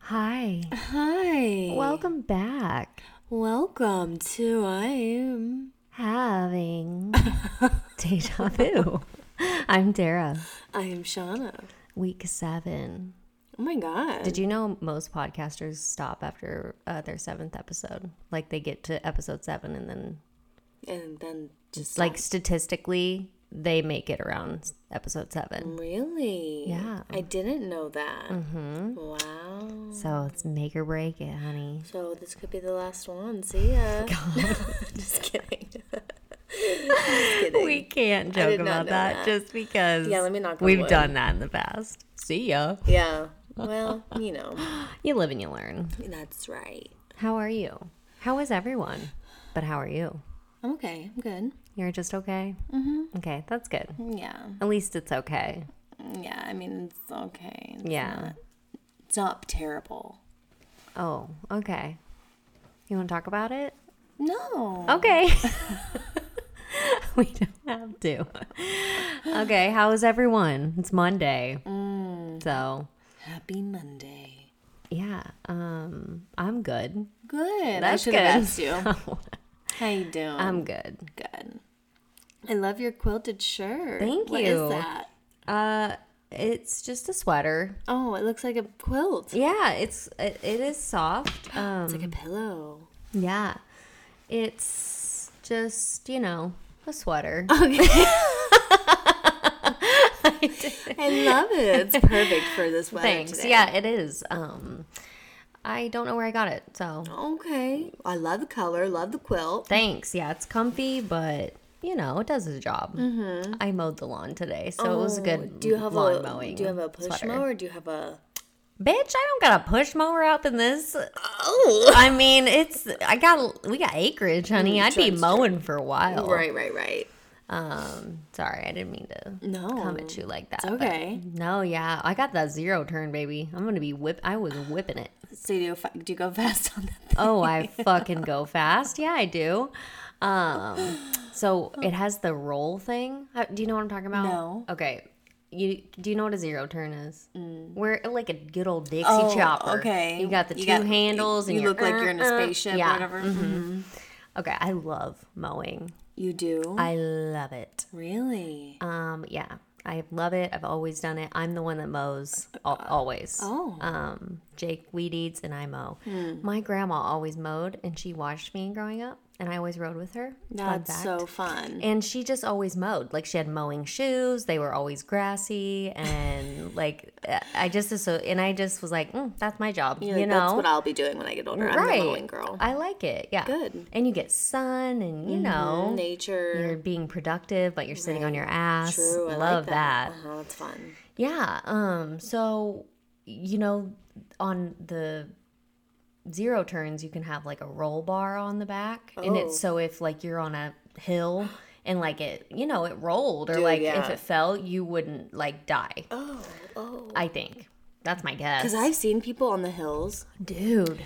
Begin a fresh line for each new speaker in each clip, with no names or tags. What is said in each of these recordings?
Hi.
Hi.
Welcome back.
Welcome to I am.
Having deja vu. I'm Dara.
I am Shauna.
Week seven.
Oh my god.
Did you know most podcasters stop after uh, their seventh episode? Like they get to episode seven and then,
and then just
like statistically, they make it around episode seven.
um, really.
Yeah.
I didn't know that. Mm-hmm. Wow.
So it's make or break it, honey.
So this could be the last one. See ya. just kidding. just kidding.
We can't joke
did not
about
know
that,
that.
just because
Yeah, let me knock on
we've
wood.
done that in the past. See ya.
yeah. Well, you know,
You live and you learn.
that's right.
How are you? How is everyone? But how are you?
I'm okay. I'm good.
You're just okay? Mm-hmm. Okay, that's good.
Yeah.
At least it's okay.
Yeah. I mean, it's okay. It's
Yeah.
Not, it's not terrible.
Oh, okay. You want to talk about it?
No.
Okay. we don't have to. Okay, how is everyone? It's Monday.
Mm.
So,
Happy Monday.
yeah, um, I'm good.
Good. I
That's
should have asked
good. Oh, Um,
you. How you doing?
I'm good.
good. I love your quilted shirt.
Thank
What is
you.
that?
Uh, it's just a sweater.
Oh, it looks like a quilt.
Yeah, it's it, it is soft. Um,
It's like a pillow.
Yeah. It's just, you know, a sweater.
I love it. It's perfect for this weather
Thanks.
today.
Yeah, it is. Um I don't know where I got it. So,
Okay. I love the color. Love the quilt.
thanks. Yeah, it's comfy, but you know, it does its job. Mm-hmm. I mowed the lawn today, so it was a good
Oh, Do you have
lawn
a
mowing.
Do you have a push
sweater.
mower? Do you have a?
Bitch, I don't got a push mower out than this.
Oh.
I mean, it's I got we got acreage, honey. I'd be
true, it's true.
mowing for a while.
Oh, Right. Right. Right.
Um, sorry, I didn't mean to
No.
come at you like that.
It's
but
okay.
No, yeah, I got that zero turn, baby. I'm gonna be whip. I was whipping it.
So do you, fi- do you go fast on that?
Oh, I fucking go fast. Yeah, I do. Um, so it has the roll thing. Uh, Do you know what I'm talking about?
No.
Okay. You do you know what a zero turn is? Where like a good old Dixie
Mm. Oh,
chopper.
okay.
You got the
You
two
got-
handles, and
you
you're,
look like you're in a
uh, uh,
spaceship or
yeah.
whatever.
mhm. Okay, I love mowing.
You do.
I love it.
really.
Um, yeah, I love it. I've always done it. I'm the one that mows al- always.
Oh.
Um, Jake weed eats and I mow.
Hmm.
My grandma always mowed and she watched me growing up and I always rode with her. Fun
That's so fun.
and she just always mowed. Like she had mowing shoes. They were always grassy and like I just so and I just was like, mm, that's my job.
You're
you
like,
know,
that's what I'll be doing when I get older. I'm the mowing girl.
I like it. Yeah,
Good. Mm-hmm.
And you get sun and you know you're
Nature.
being productive, but you're sitting on your ass.
True. I
Love
like that.
that.
Uh-huh, that's fun.
Yeah. Um. So, you know, on the zero turns, you can have like a roll bar on the back, and
Oh.
it's so if like you're on a hill and like it, you know, it rolled or
Dude,
like if
yeah.
it fell, you wouldn't like die.
Oh, oh.
I think that's my guess.
Because I've seen people on the hills,
dude.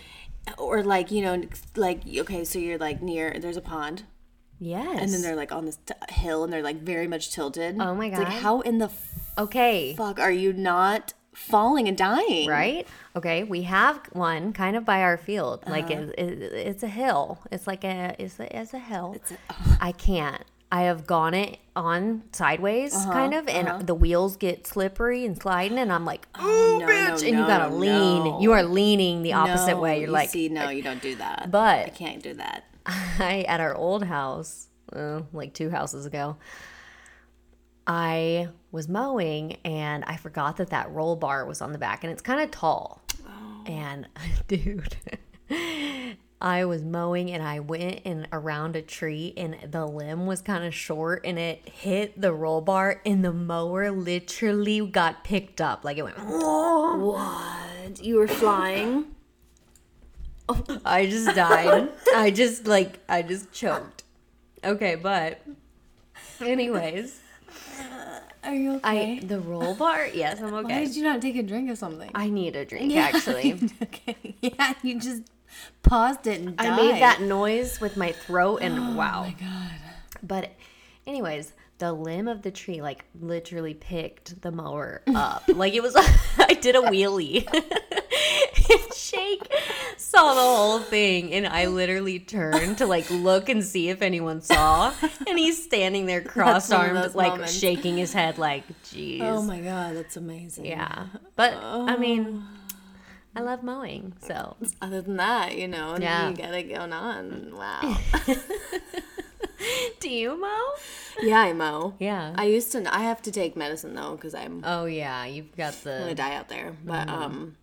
or like you know, like okay, so you're like near there's a pond,
Yes.
and then they're like on this t- hill, and they're like very much tilted.
Oh my
It's like
God.
how in the
okay.
fuck are you not falling and dying?
right? Okay, we have one kind of by our field. Like
Uh-huh.
it, it, it's a hill. It's like a it's a, it's a hill. I can't. I have gone it on sideways,
Uh-huh,
kind of, and the wheels get slippery and sliding, and I'm like, oh,
no,
bitch,
no,
and you
no,
gotta
no,
lean.
no.
You are leaning the opposite
No,
way. You're
you
like,
see, no, you don't do that.
But-
I can't do that.
I at our old house, uh, like two houses ago, I was mowing and I forgot that that roll bar was on the back and it's kind of tall. And dude, I was mowing and I went and around a tree and the limb was kind of short and it hit the roll bar and the mower literally got picked up. Like it went,
What? You were flying.
I just died. I just like I just choked. Okay, but anyways,
Are you
I the roll bar. Yes, I'm
Why
okay.
did you not take a drink of something?
I need a drink actually.
okay. Yeah, you just paused it and died. Oh
I made that noise with my throat and wow.
God.
But anyways, the limb of the tree like literally picked the mower up. like it was I did a wheelie. saw the whole thing, and I literally turned to like look and see if anyone saw, and he's standing there cross armed,
those
like
moments.
shaking his head, like, "Jeez."
Oh my god, that's amazing.
yeah, but I mean, I love mowing, so
Other than that, you know,
Yeah.
you got it going on. Wow.
do you mow?
yeah, I mow.
Yeah.
I used to. I have to take medicine though because I'm
oh Mm. yeah, you've got
gonna
the
die out there. But um,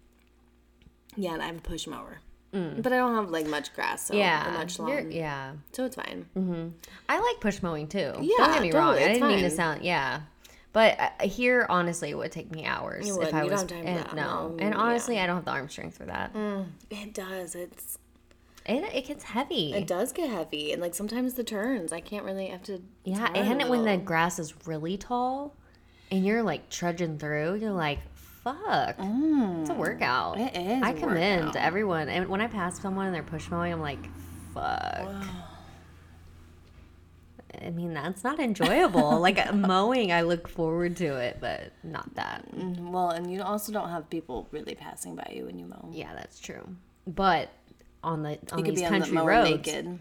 yeah, and I have a push mower. But I don't have like much grass, so
Mm. yeah,
or much
you're- Mm.
lawn,
yeah.
so it's fine.
I like push mowing too.
Yeah,
don't get me wrong.
totally,
I
it's
didn't mean to
fine.
sound yeah, but uh, here honestly it would take me hours
would,
if I
you
was
don't have time for
and-
that, Mm.
no.
um,
And honestly, I don't have the arm strength for that.
It does. It's
It it gets heavy.
it does get heavy, and like sometimes the turns, I can't really have to.
yeah,
turn
and
a
when the
little.
grass is really tall, and you're like trudging through, you're like, "Fuck, it's a workout."
Mm. It is
I
a
commend
workout.
to everyone, and when I pass someone and they're push mowing, I'm like, "Fuck." I mean, that's not enjoyable. like mowing, I look forward to it, but not that.
Mm, well, and you also don't have people really passing by you when you mow.
Yeah, that's true. But on the on
You could
these
be on the
country
mower
roads,
naked.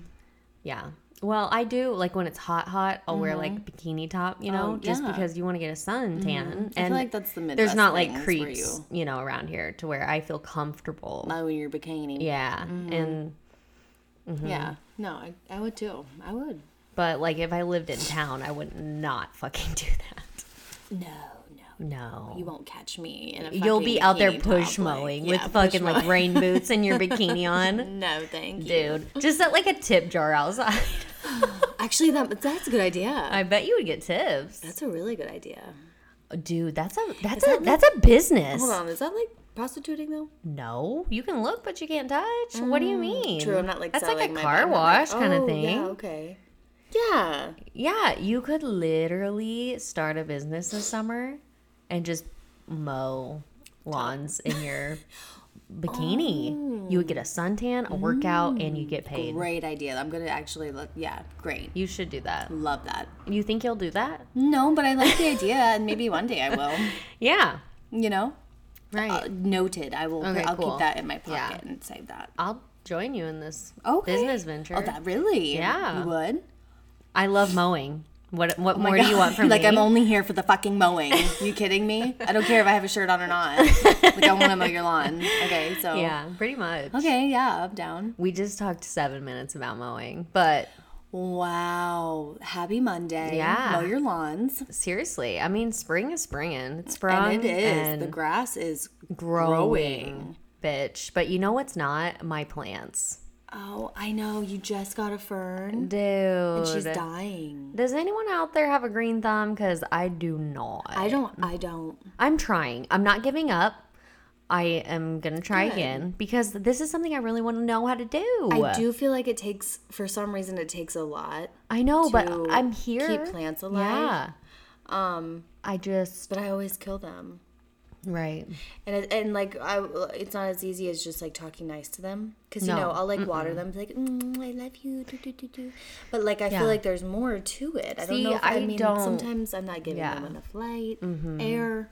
yeah. Well, I do like when it's hot, hot. I'll wear like bikini top, you know,
Oh,
just
yeah. Mm-hmm.
because you want to get a sun tan. And
I feel like that's the Midwest
there's not
thing,
like
is where
creeps,
You
you... know, around here to where I feel comfortable.
mow your bikini.
Yeah,
Mm-hmm.
Mm-hmm. and
Yeah. No, I, I would too. I would.
but like if I lived in town, I would not fucking do that.
No, no.
No,
You won't catch me. In a
you'll
fucking
be out there
bikini top, like-
push mowing
Yeah,
with
push
fucking like
mowing.
rain boots and your bikini on,
No, thank you.
dude. Just set like a tip jar outside.
Actually, that that's a good idea.
I bet you would get tips.
that's a really good idea.
Dude, that's a that's
that
a
like-
that's a business.
Hold on, is that like prostituting though?
No, you can look, but you can't touch. What do you mean?
Mm, True, I'm not like
that's like
selling
a
my
car
body.
wash
Oh,
kind of thing.
Yeah,
Yeah.
okay. Yeah.
you could literally start a business this summer and just mow lawns in your bikini. You would get a suntan, a workout, and you get paid.
Mm, Great idea. I'm gonna actually look. Yeah, great.
You should do that.
Love that.
You think you'll do that?
No, but I like the idea, and maybe one day I will.
Yeah.
You know,
Right.
Uh, noted. I will.
Okay,
I'll
cool.
keep that in my
Yeah.
pocket and save that.
I'll join you in this
Okay.
business venture.
Oh, that really?
Yeah.
You would?
I love mowing. What what more do you want from
Oh like,
me?
I'm only here for the fucking mowing. you kidding me? I don't care if I have a shirt on or not. Like, I want to mow your lawn. Okay, so.
Yeah, pretty much.
Okay, yeah, up, down.
We just talked seven minutes about mowing, but
Wow. Happy Monday.
Yeah.
Mow your lawns.
seriously, I mean, spring is springing. It's sprung
And it is.
and
the grass is.
growing,
growing.
bitch. But you know what's not? My plants,
Oh, I know. You just got a fern.
dude.
She's dying.
Does anyone out there have a green thumb? Because I do not.
I don't. I don't.
I'm trying. I'm not giving up. I am gonna try again because this is something I really want to know how to do.
I do feel like it takes, for some reason, it takes a lot.
I know, but
to
I'm here.
keep plants alive.
Yeah.
Um,
I just
but I always kill them.
right.
And it, and like I, it's not as easy as just like talking nice to them because
No.
you know I'll like water them be like mm, I love you, do, do, do, do. but like I
Yeah.
feel like there's more to it. I
See,
don't know. If, I,
I
mean,
don't-
sometimes I'm not giving
Yeah. Mm-hmm.
them enough light, air, uh,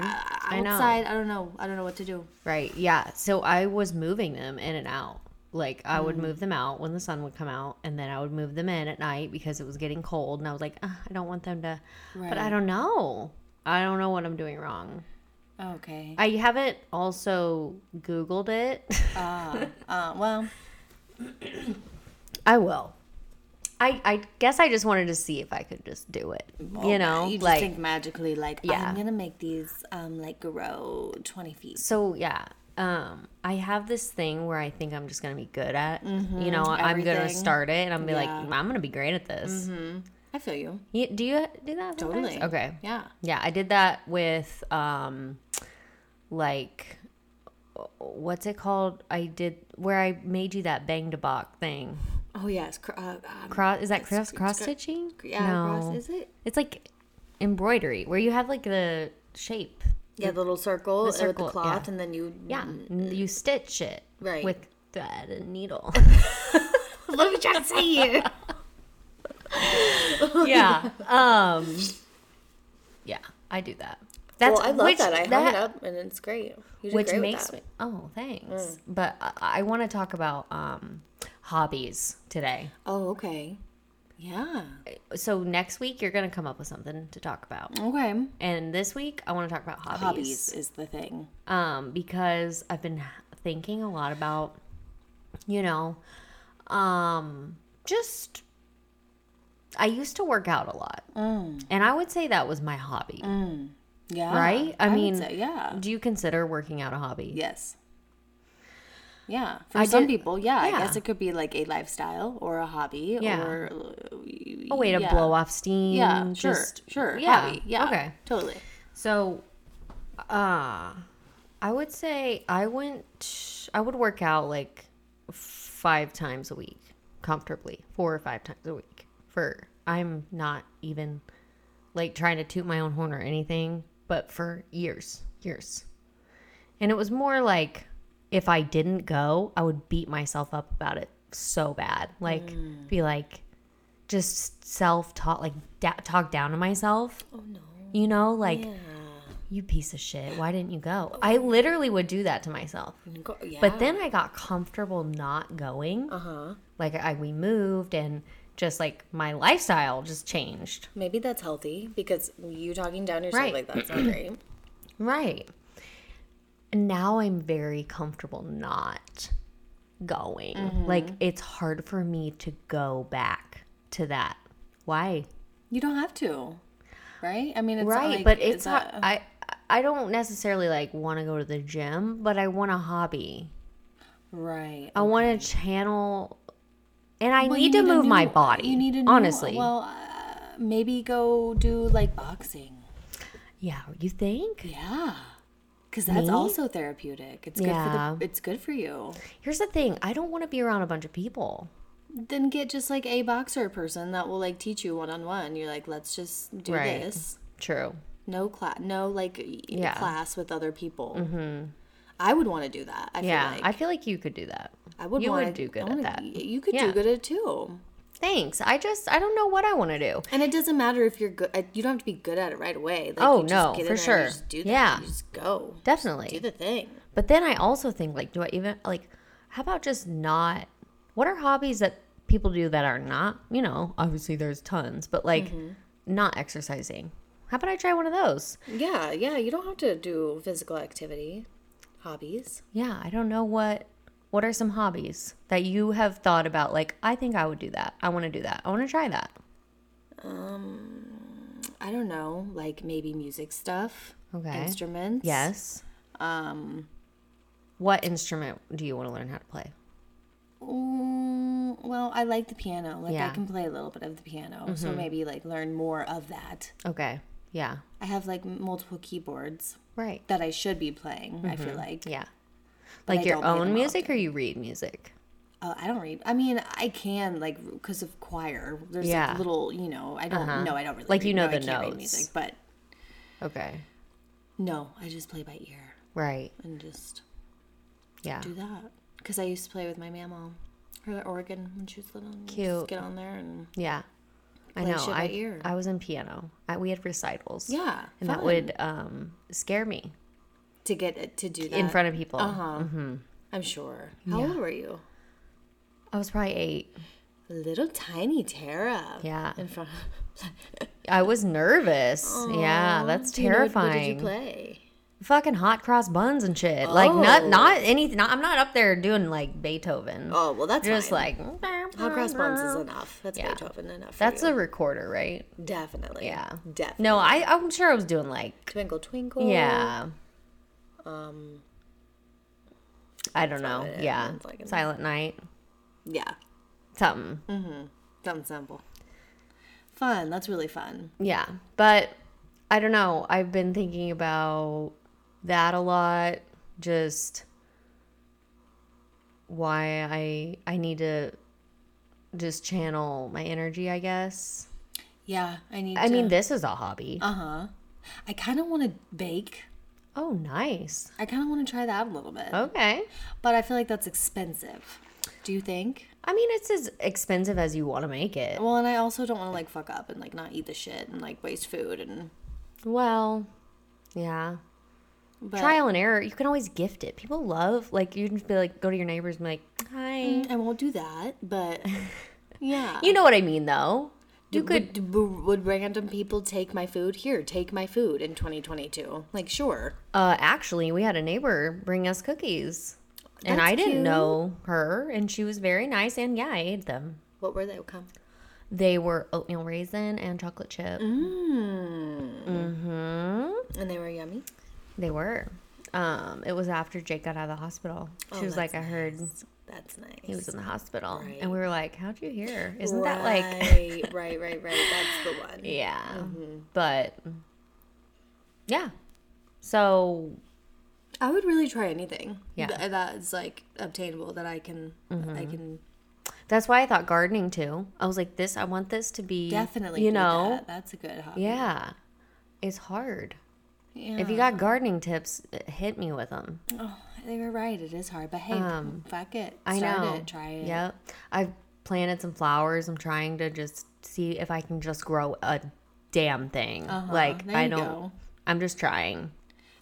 I know.
outside. I, don't know. I don't know what to do.
Right. Yeah. So I was moving them in and out. Like I
Mm.
would move them out when the sun would come out, and then I would move them in at night because it was getting cold, and I was like, "Ugh, I don't want them to. But I
Right.
don't know. I don't know what I'm doing wrong.
Okay.
I haven't also Googled it.
Uh, well,
I will. I I guess I just wanted to see if I could just do it. you know,
you just
like
think magically like
Yeah.
I'm gonna make these um like grow 20 feet.
so yeah um i have this thing where i think i'm just gonna be good at you know i'm gonna
everything.
start it and i'm gonna be
Yeah. Mm-hmm.
like i'm gonna be great at this
I feel you.
You- do you do that sometimes?
Totally.
okay
Yeah.
yeah i did that with um like what's it called i did where i made you that bang to bok thing
Oh yes. Cr- uh, um,
cross is that cross
it's
cross
got-
stitching
yeah.
no
Cross, is it?
it's like embroidery where you have like the shape
Yeah, the little circle uh, with
circle,
the cloth, and then you.
yeah
Mm,
n- you stitch it
Right.
with thread and needle
What are we trying to say here?
yeah. Um, yeah, I do that. That's
well, I love
which-
that. I hung it up and it's great. You did
which
great
makes
with that.
me oh thanks
Mm.
but i, I want to talk about um hobbies today
Oh, okay. Yeah.
so next week you're gonna come up with something to talk about
Okay.
and this week i want to talk about hobbies,
Hobbies is the thing.
um because i've been thinking a lot about you know um just i used to work out a lot
Mm.
and i would say that was my hobby
Yeah.
Right? I
would
mean-
say, yeah.
do you consider working out a hobby
Yes. Yeah. For
I
some
did-
people, yeah, I
yeah.
guess it could be like a lifestyle or a hobby
Yeah.
or
Oh, a way to
yeah.
blow off steam
Yeah,
just
sure, sure.
yeah,
hobby. Yeah.
okay.
Totally.
So, uh, I would say I went, I would work out like five times a week comfortably, four or five times a week. For, I'm not even like trying to toot my own horn or anything, but for years, years. And it was more like if I didn't go, I would beat myself up about it so bad. Like,
Mm.
be like, just self talk, like, da- talk down to myself.
Oh no.
You know, like,
Yeah.
you piece of shit, why didn't you go? I literally would do that to myself.
Go- yeah.
But then I got comfortable not going.
uh huh.
Like I we moved and just like my lifestyle just changed.
Maybe that's healthy because you talking down yourself
Right.
like that's not great.
Right. And now I'm very comfortable not going. Like it's hard for me to go back to that. Why?
You don't have to. Right? I mean, it's
right,
Not like,
but it's not,
that-
I I don't necessarily like want to go to the gym, but I want a hobby.
right.
I want to channel, and I
Well, you
need to
a
move my
new-
body.
You need to
honestly.
Well, uh, maybe go do like boxing.
yeah, you think?
Yeah. Cuz that's
Me?
also therapeutic. It's good
Yeah.
for the, it's good for you.
Here's the thing: I don't want to be around a bunch of people.
Then get just like a boxer person that will like teach you one on one. You're like, "Let's just do
Right.
this."
True.
No class, no like y-
Yeah. Mm-hmm.
class with other people. I would want to do that. I
yeah,
feel
I
like
feel like you could do that.
I, would
you would
wanna,
do good
I
at
wanna-
that.
y- You could
Yeah.
do good at it too.
Thanks. I just I don't know what I want to do.
And it doesn't matter if you're good. You don't have to be good at it right away. Like,
Oh,
you just
no,
get in
for
there and
sure.
You just do that.
Yeah.
You just go.
Definitely.
Do the thing.
But then I also think like, do I even like? How about just not? What are hobbies that people do that are not? You know, obviously there's tons, but like
Mm-hmm.
not exercising. How about I try one of those?
Yeah, yeah. You don't have to do physical activity, hobbies.
Yeah, I don't know what what are some hobbies that you have thought about like I think I would do that. I want to do that. I want to try that.
Um, I don't know, like maybe music stuff,
Okay.
instruments.
Yes.
Um.
What instrument do you want to learn how to play?
mm, well, I like the piano. Like
Yeah. Mm-hmm.
I can play a little bit of the piano, so maybe like learn more of that.
Okay. Yeah.
I have like multiple keyboards
Right.
that I should be playing. I feel like.
Yeah.
But
Like
I
your
don't play them
own
all.
music or you read music?
Uh, I don't read. I mean, I can like because of choir. There's
Yeah.
like little, you know. I don't
Uh-huh.
know. I don't really
Like, you
read-
know
no, I
the
can't read
notes.
music, but
Okay.
no, I just play by ear
Right.
and just
Yeah.
do that. Because I used to play with my mama, her organ when she was little. and just
Cute.
get on there and
Yeah. I
Play
know.
shit by
I
ear.
I was in piano. I, we had recitals.
yeah,
And that
fun.
would um scare me
to get it to do that
in front of people.
Uh huh. I'm sure. How old were you?
I was probably 8.
Little tiny Tara.
Yeah.
In front.
I was nervous. yeah, that's
Do you know what-
terrifying.
What did you play?
fucking hot cross buns and shit. Like not
Oh.
not anything. Not, I'm not up there doing like Beethoven.
Oh well, that's
just
fine.
like
Hot cross buns is
a-
enough. That's
Yeah.
Beethoven enough. For
that's
you.
a recorder, right?
definitely.
Yeah.
Definitely.
No, I I'm sure I was doing like
Twinkle twinkle.
yeah.
Oh. Um.
I don't know.
Silent Night,
yeah,
it's like an-
Silent Night.
Yeah.
Something.
Something simple. Fun. That's really fun.
Yeah, but I don't know. I've been thinking about that a lot. Just why I I need to just channel my energy, I guess.
Yeah, I need.
I
to,
mean, this is a hobby.
uh huh. I kind of want to bake.
oh, nice.
I kind of want to try that a little bit,
Okay.
but I feel like that's expensive. Do you think?
I mean, it's as expensive as you want to make it.
Well, and I also don't want to like fuck up and like not eat the shit and like waste food and
Well, Yeah.
But
Trial and error. You can always gift it. People love like you can just be like go to your neighbors and be like, "Hi."
I won't do that. But yeah,
You know what I mean though. You could
Would, w- would random people take my food? Here, take my food in 2022. Like, sure.
Uh, actually, we had a neighbor bring us cookies, and
That's
I didn't
cute.
know her, and she was very nice, and yeah, I ate them.
What were they? Come.
They were oatmeal raisin and chocolate chip.
Mm.
Mm-hmm.
And they were yummy.
They were. Um, it was after Jake got out of the hospital. She was like, I heard
That's Oh, nice.
he was in the hospital, and we were like, "How'd you hear? Isn't that like?"
right, Mm-hmm. right, right, right. That's the one.
Yeah. But yeah. So
I would really try anything.
Yeah. Mm-hmm.
th- that's like obtainable that I can. I can
that's why I thought gardening too. I was like, "This, I want this to be
definitely.
you
do
know."
that. that's a good hobby.
Yeah. It's hard.
Yeah.
If you got gardening tips, hit me with them.
Oh, they were right. It is hard, but hey, fuck it.
Um, I
Start
know.
it. Try it.
Yep. I've planted some flowers. I'm trying to just see if I can just grow a damn thing. Like
Uh-huh. There
I
you
don't.
go.
I'm just trying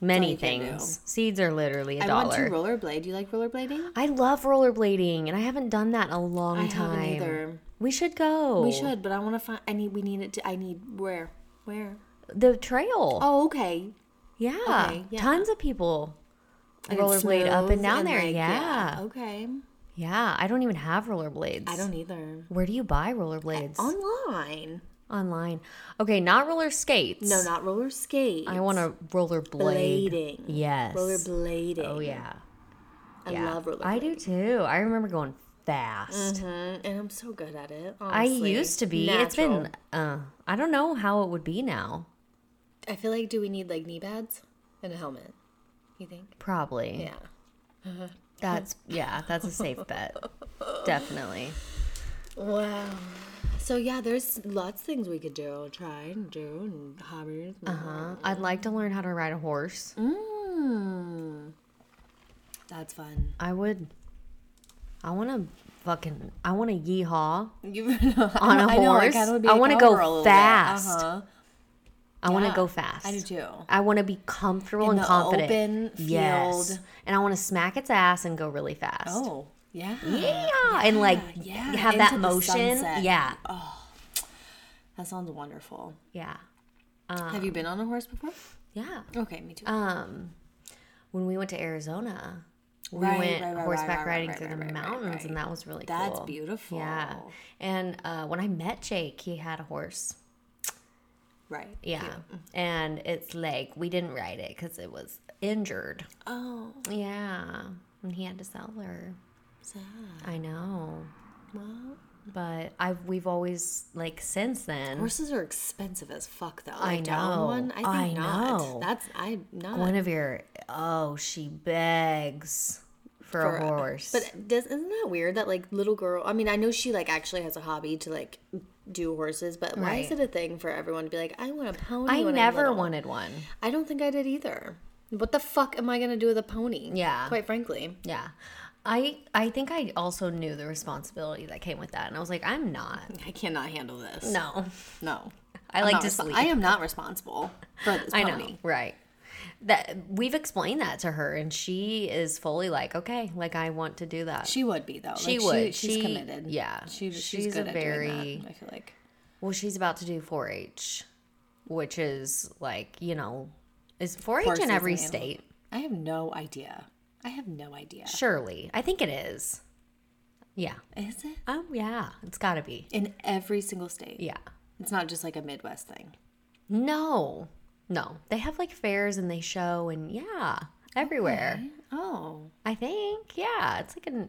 many
you can do.
things. Seeds are literally a
I want to
dollar.
rollerblade. You like rollerblading?
I love rollerblading, and I haven't done that in a long
I
time.
haven't either.
We should go.
We should, but I want to find. I need. We need it. To, I need where? Where?
the trail.
Oh, okay.
yeah.
okay, yeah.
Tons of people
Like it's
rollerblade up
smooth
and down there.
like,
yeah.
Okay.
Yeah, I don't even have rollerblades.
I don't either.
Where do you buy rollerblades?
Online.
Online. Okay, not roller skates.
No, not roller skate.
I want a rollerblade.
blading.
Yes.
Rollerblading.
Oh yeah.
I
yeah.
love rollerblading.
I do too. I remember going fast.
Mm, and I'm so good at it.
I
Honestly.
used to be. It's been. Uh, I don't know how it would be now.
I feel like, do we need like knee pads and a helmet? You think?
Probably.
Yeah.
That's yeah. That's a safe bet. Definitely.
Wow. So yeah, there's lots of things we could do, try and do, and hobbies.
Uh huh. I'd like to learn how to ride a horse.
Mm. That's fun.
I would. I want to fucking. I want to yeehaw.
You on
On a horse? I wanna go fast.
Uh-huh.
I want to
Yeah,
go fast.
I do too.
I want to be comfortable
In
and
the
confident.
open
Yes.
field.
And I want to smack its ass and go really fast.
Oh, yeah.
Yeah. And like
yeah,
have that
into the
motion.
sunset. Oh.
Yeah.
That sounds wonderful.
Yeah. Um,
Have you been on a horse before?
Yeah.
Okay, me too.
Um when we went to Arizona, we
Right,
went
right, right,
horseback
right, right,
riding
right,
through
right,
the
right, right,
mountains
right.
and that was really
That's
cool.
beautiful.
Yeah. And uh, when I met Jake, he had a horse.
right.
Yeah. And it's like we didn't ride it cuz it was injured.
Oh,
Yeah. And he had to sell her.
sad.
I know.
Well,
But I've we've always like since then
horses are expensive as fuck, though.
I
Like, to own
know.
One, I think
I
not.
know.
That's I not
Guinevere, oh, she begs for,
for-
a horse.
But does, isn't that weird that like little girl? I mean, I know she like actually has a hobby to like do horses, but why is
Right.
it a thing for everyone to be like, I want a pony?
I
when I'm
never
little?"
wanted one.
I don't think I did either. What the fuck am I gonna do with a pony?
Yeah.
quite frankly.
Yeah. I I think I also knew the responsibility that came with that and I was like, I'm not.
I cannot handle this.
No.
No.
I
I'm
like
not
to
respon-
sleep.
I am not responsible for this
I
pony.
know. Right. That we've explained that to her and she is fully like, okay, like I want to do that.
She would be though. Like,
She would.
she's
She-
committed.
yeah.
She, she's,
She's
good
a
at doing
very-
that, I feel like.
Well, she's about to do 4-H, which is like, you know, is 4-H
Horses
in
and
every
animals.
state?
I have no idea. I have no idea.
Surely. I think it is. Yeah.
Is it
Oh, yeah. It's got to be.
in every single state?
Yeah.
It's not just like a Midwest thing.
No. No. They have like fairs and they show and yeah, everywhere.
Oh,
I think. Yeah. It's like an,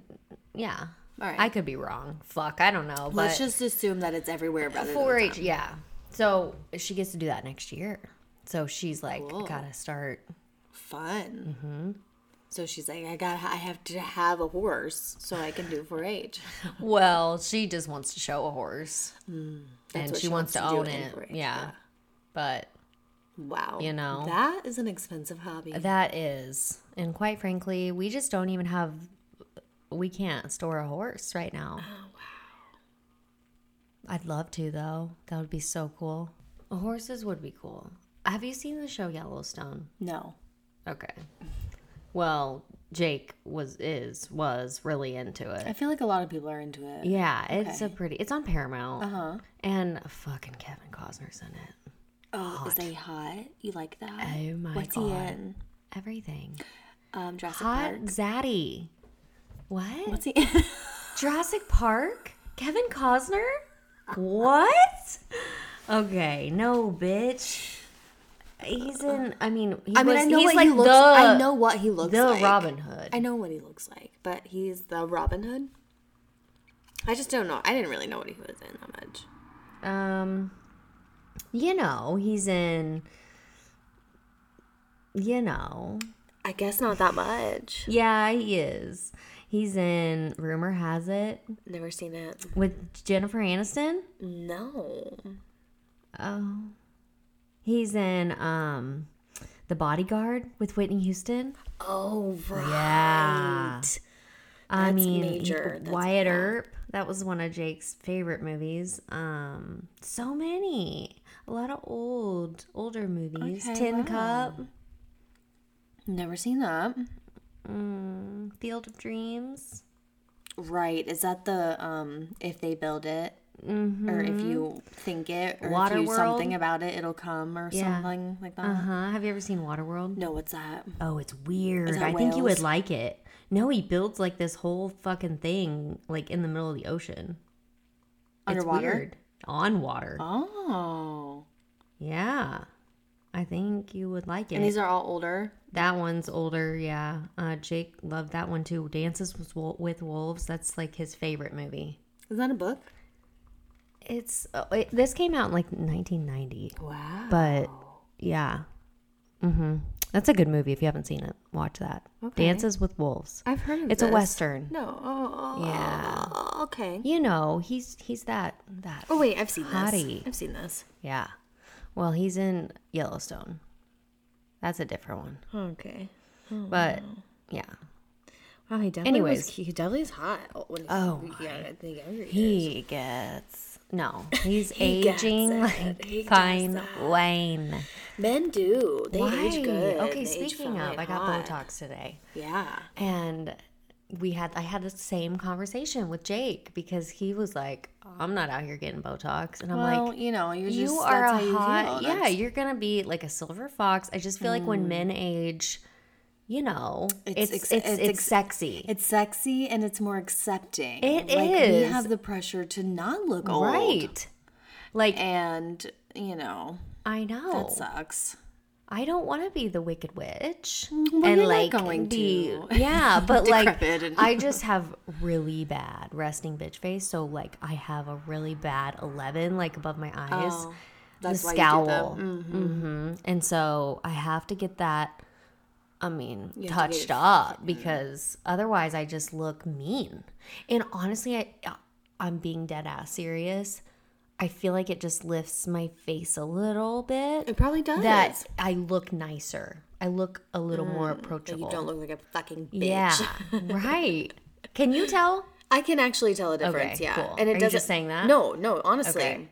yeah.
all right.
I could be wrong. Fuck. I don't know. But
Let's just assume that it's everywhere rather than
4 H. Yeah. So she gets to do that next year. So she's like,
Cool.
gotta start.
fun.
Mm-hmm.
So she's like, I got, I have to have a horse so I can do 4-H.
Well, she just wants to show a horse and
what
Mm. she,
she wants
wants, to
to do
own
in
it.
4-H,
yeah. But
Wow,
You know.
that is an expensive hobby.
That is. And quite frankly, we just don't even have we can't store a horse right now. Oh wow. I'd love to though. That would be so cool. Horses would be cool. Have you seen the show Yellowstone?
No.
Okay. Well, Jake was is was really into
I
it.
feel like a lot of people are into it.
Yeah, it's a
Okay.
pretty. It's on Paramount,
Uh-huh.
and fucking Kevin Costner's in it.
Oh, is they hot? You like that?
Oh my
What's he
God.
in?
Everything.
Um, Jurassic
Hot
Park.
Zaddy. What?
What's he in?
Jurassic Park? Kevin Costner? What? Okay, no, bitch. He's in. I mean, he
Uh, I mean,
was,
I know
he's
what
like
he looks.
the,
I know what he looks
the
like.
Robin Hood.
I know what he looks like, but he's the Robin Hood. I just don't know. I didn't really know what he was in that much.
Um, you know, he's in. You know,
I guess not that much.
yeah, he is. He's in. Rumor has it
Never seen it.
with Jennifer Aniston.
No.
Oh, he's in. Um, the Bodyguard with Whitney Houston.
Oh right.
Yeah. I
That's
mean, he-
major. That's
Wyatt
bad.
Earp. That was one of Jake's favorite movies. Um, so many, a lot of old, older movies.
Okay,
Tin
wow.
Cup,
Never seen that.
mm, Field of Dreams.
Right. Is that the um if they build it
Mm-hmm.
or if
Mm-hmm.
you think it or if you
Waterworld?
something about it it'll come or
Yeah.
something like that?
Uh
Uh-huh.
huh. Have you ever seen Waterworld?
No, what's that?
Oh, it's weird.
that
I think you would
whales?
like it. No, he builds like this whole fucking thing, like in the middle of the ocean.
Underwater?
It's weird. On water.
Oh.
Yeah. I think you would like it.
And these are all older.
That one's older, yeah. Uh, Jake loved that one too. Dances with, Wol- with Wolves. That's like his favorite movie.
Is that a book?
It's uh, it, this came out in like 1990,
Wow.
but
Oh.
yeah, hmm that's a good movie. If you haven't seen it, watch that. Dances with Wolves.
I've heard of
It's a
this.
western.
No. Oh, oh,
Yeah.
oh, okay.
You know, he's he's that that.
Oh wait, I've seen this.
Hottie.
I've seen this.
Yeah. Well, he's in Yellowstone. That's a different one,
Okay.
but
Oh.
yeah,
Oh,
Wow, he definitely was
Anyways.
cute. he definitely is hot. When he,
Oh
yeah, I think every
he gets no. He's
He gets
aging
it.
like
He does
fine
that.
wine.
men do. They age good.
Okay,
They age
speaking
fine,
of, I got
hot.
Botox today,
Yeah.
and we had I had the same conversation with Jake because he was like, "I'm not out here getting Botox," and I'm
Well,
like.
you know, you're just,
You are
that's
a
how you
hot,
feel.
yeah. You're gonna be like a silver fox. I just feel like when men age, you know, it's
Mm. It's
it's
ex-
it's,
it's ex-
sexy.
It's sexy and it's more accepting.
It
like, We
is.
have the pressure to not look old.
right? Like
And, you know,
I know.
that sucks.
I don't want to be the Wicked Witch
Mm, well, you're not going
be
to.
yeah, but like
Decrepit and-
I just have really bad resting bitch face. So like I have a really bad eleven like above my eyes,
Oh. that's
the
why you do
scowl,
that.
Mm-hmm.
hmm and so I have to get that. I mean,
You have to get
touched
it
Mm.
up because otherwise I just look mean. And honestly, I uh, I'm being dead ass serious. I feel like it just lifts my face a little bit
It probably does. Mm,
that I look nicer. I look a little more approachable.
you don't look like a fucking bitch.
yeah, right. Can you tell?
I can actually tell a difference,
Okay,
yeah.
cool.
And
Are
it
you
doesn't
just saying that?
No, no, honestly.
Okay.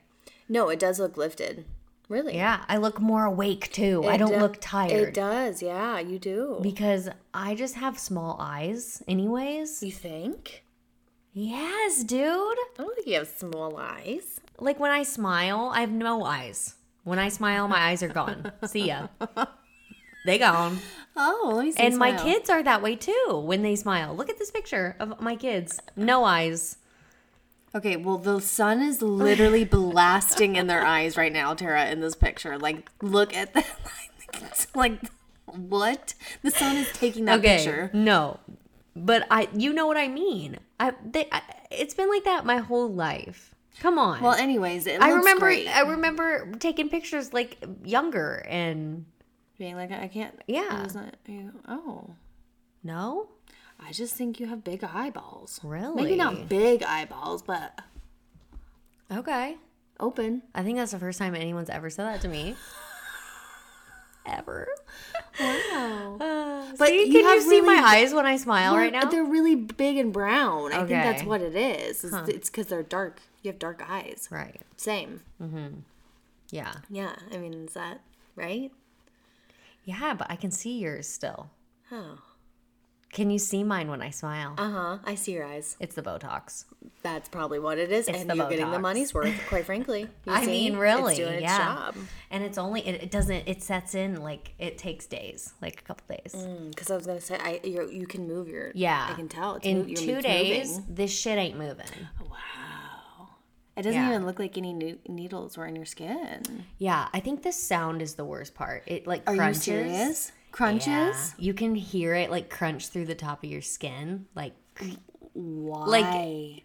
No, it does look lifted. Really?
Yeah, I look more awake too. I
It
don't
do-
look
It
tired
does, yeah, you do.
because I just have small eyes, anyways.
you think?
Yes, dude.
I don't think you have small eyes.
Like when I smile, I have no eyes. When I smile, my eyes are gone. See ya. They gone.
Oh, let me see.
And my
smile.
kids are that way too when they smile. Look at this picture of my kids. No eyes.
Okay, well, the sun is literally blasting in their eyes right now, Tara, in this picture. Like, look at that. It's like, what? The sun is taking that
okay,
picture.
No, but I, you know what I mean. I, they, I, it's been like that my whole life. Come on.
Well, anyways, it
I
looks
remember,
great.
I remember taking pictures like younger and
Being like, I can't.
Yeah.
it was not- you- oh,
no,
I just think you have big eyeballs.
really.
Maybe not big eyeballs, but
Okay,
open.
I think that's the first time anyone's ever said that to me. ever.
Wow.
but
you
can you
have
see my
really-
eyes when I smile right now?
They're really big and brown. I think that's
Okay.
what it is. It's- It's because they're dark. You have dark eyes.
Right.
Same.
Yeah.
Yeah. I mean, is that right?
Yeah, but I can see yours still.
Oh.
Can you see mine when I smile?
Uh huh. I see your eyes.
It's the Botox.
That's probably what it is. and
the
you're getting the
Botox.
money's worth, quite frankly. You
I
see?
mean, really,
It's doing its
yeah.
job.
And it's only it, it doesn't it sets in like it takes days, like a couple days.
Mm.
Because Hmm, I was gonna say, I you you can move your
Yeah,
I can tell it's
in
move- you're
two
moving.
days, this shit ain't moving.
It doesn't
Yeah.
even look like any nu- needles were in your skin.
Yeah, I think the sound is the worst part. It like
Are
crunches.
you serious? Crunches?
Yeah. You can hear it like crunch through the top of your skin, like
Why?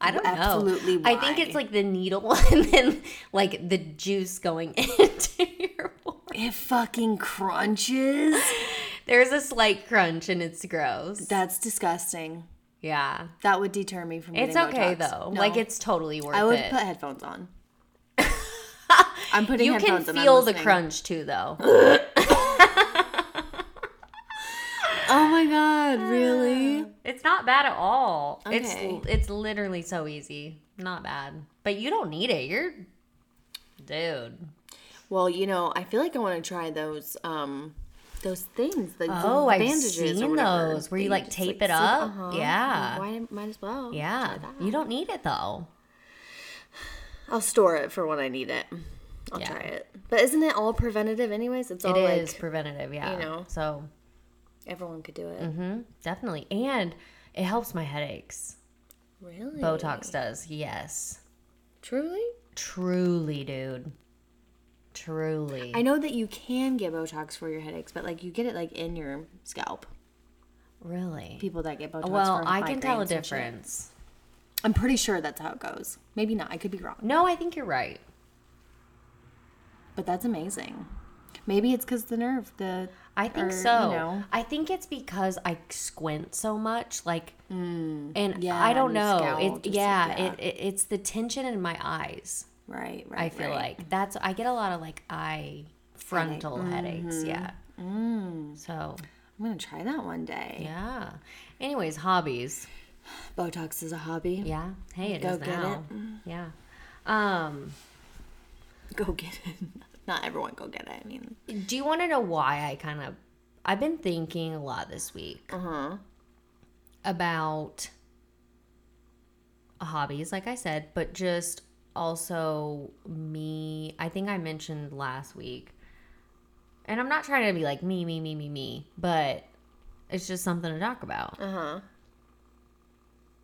I don't
Absolutely
know. I think
why?
it's like the needle and then like the juice going into your. pore.
it fucking crunches.
There's a slight crunch and it's gross.
That's disgusting.
Yeah,
That would deter me from.
it's
getting
okay
Botox.
though.
No.
Like it's totally worth
I would
it.
put headphones on. I'm putting
you can
headphones on. I'm
feel the
listening.
crunch too, though.
Oh my god! Really?
Uh, It's not bad at all.
Okay.
It's it's literally so easy. Not bad. But you don't need it. You're dude.
Well, you know, I feel like I want to try those um those things. The,
Oh,
the
I've
bandages or
seen
whatever
those where you,
that
like,
just,
tape it up. Yeah.
Why uh-huh. might as well.
Yeah.
try that.
You don't need it though.
I'll store it for when I need it. I'll
Yeah.
try it. But isn't it all preventative anyways? It's all
It is
like
preventative, yeah.
you know.
So
everyone could do it.
mhm, definitely. And it helps my headaches.
Really?
Botox does, yes.
Truly?
Truly, dude. Truly.
I know that you can get Botox for your headaches, but like you get it like in your scalp.
really.
People that get Botox.
well,
for
I can tell a
migraines and shit.
difference.
I'm pretty sure that's how it goes. Maybe not. I could be wrong.
No, I think you're right.
But that's amazing. Maybe it's because the nerve. The
I think
or,
so.
You know,
I think it's because I squint so much, like, and
Mm, Yeah,
I don't
and your
know.
scowl
It,
just-
yeah,
yeah.
It, it, it's the tension in my eyes.
right. Right.
I feel like that's I get a lot of like eye frontal headaches.
Mm-hmm.
Yeah.
Mm.
So
I'm gonna try that one day.
yeah. Anyways, hobbies.
Botox is a hobby.
Yeah. Hey, it is
Go get
now. Yeah. Um.
Go get it. Not everyone go get it. I mean,
Do you want to know why I kind of I've been thinking a lot this week about hobbies, like I said, but just also me. I think I mentioned last week, and I'm not trying to be like me, me, me, me, me, but it's just something to talk about. Uh huh.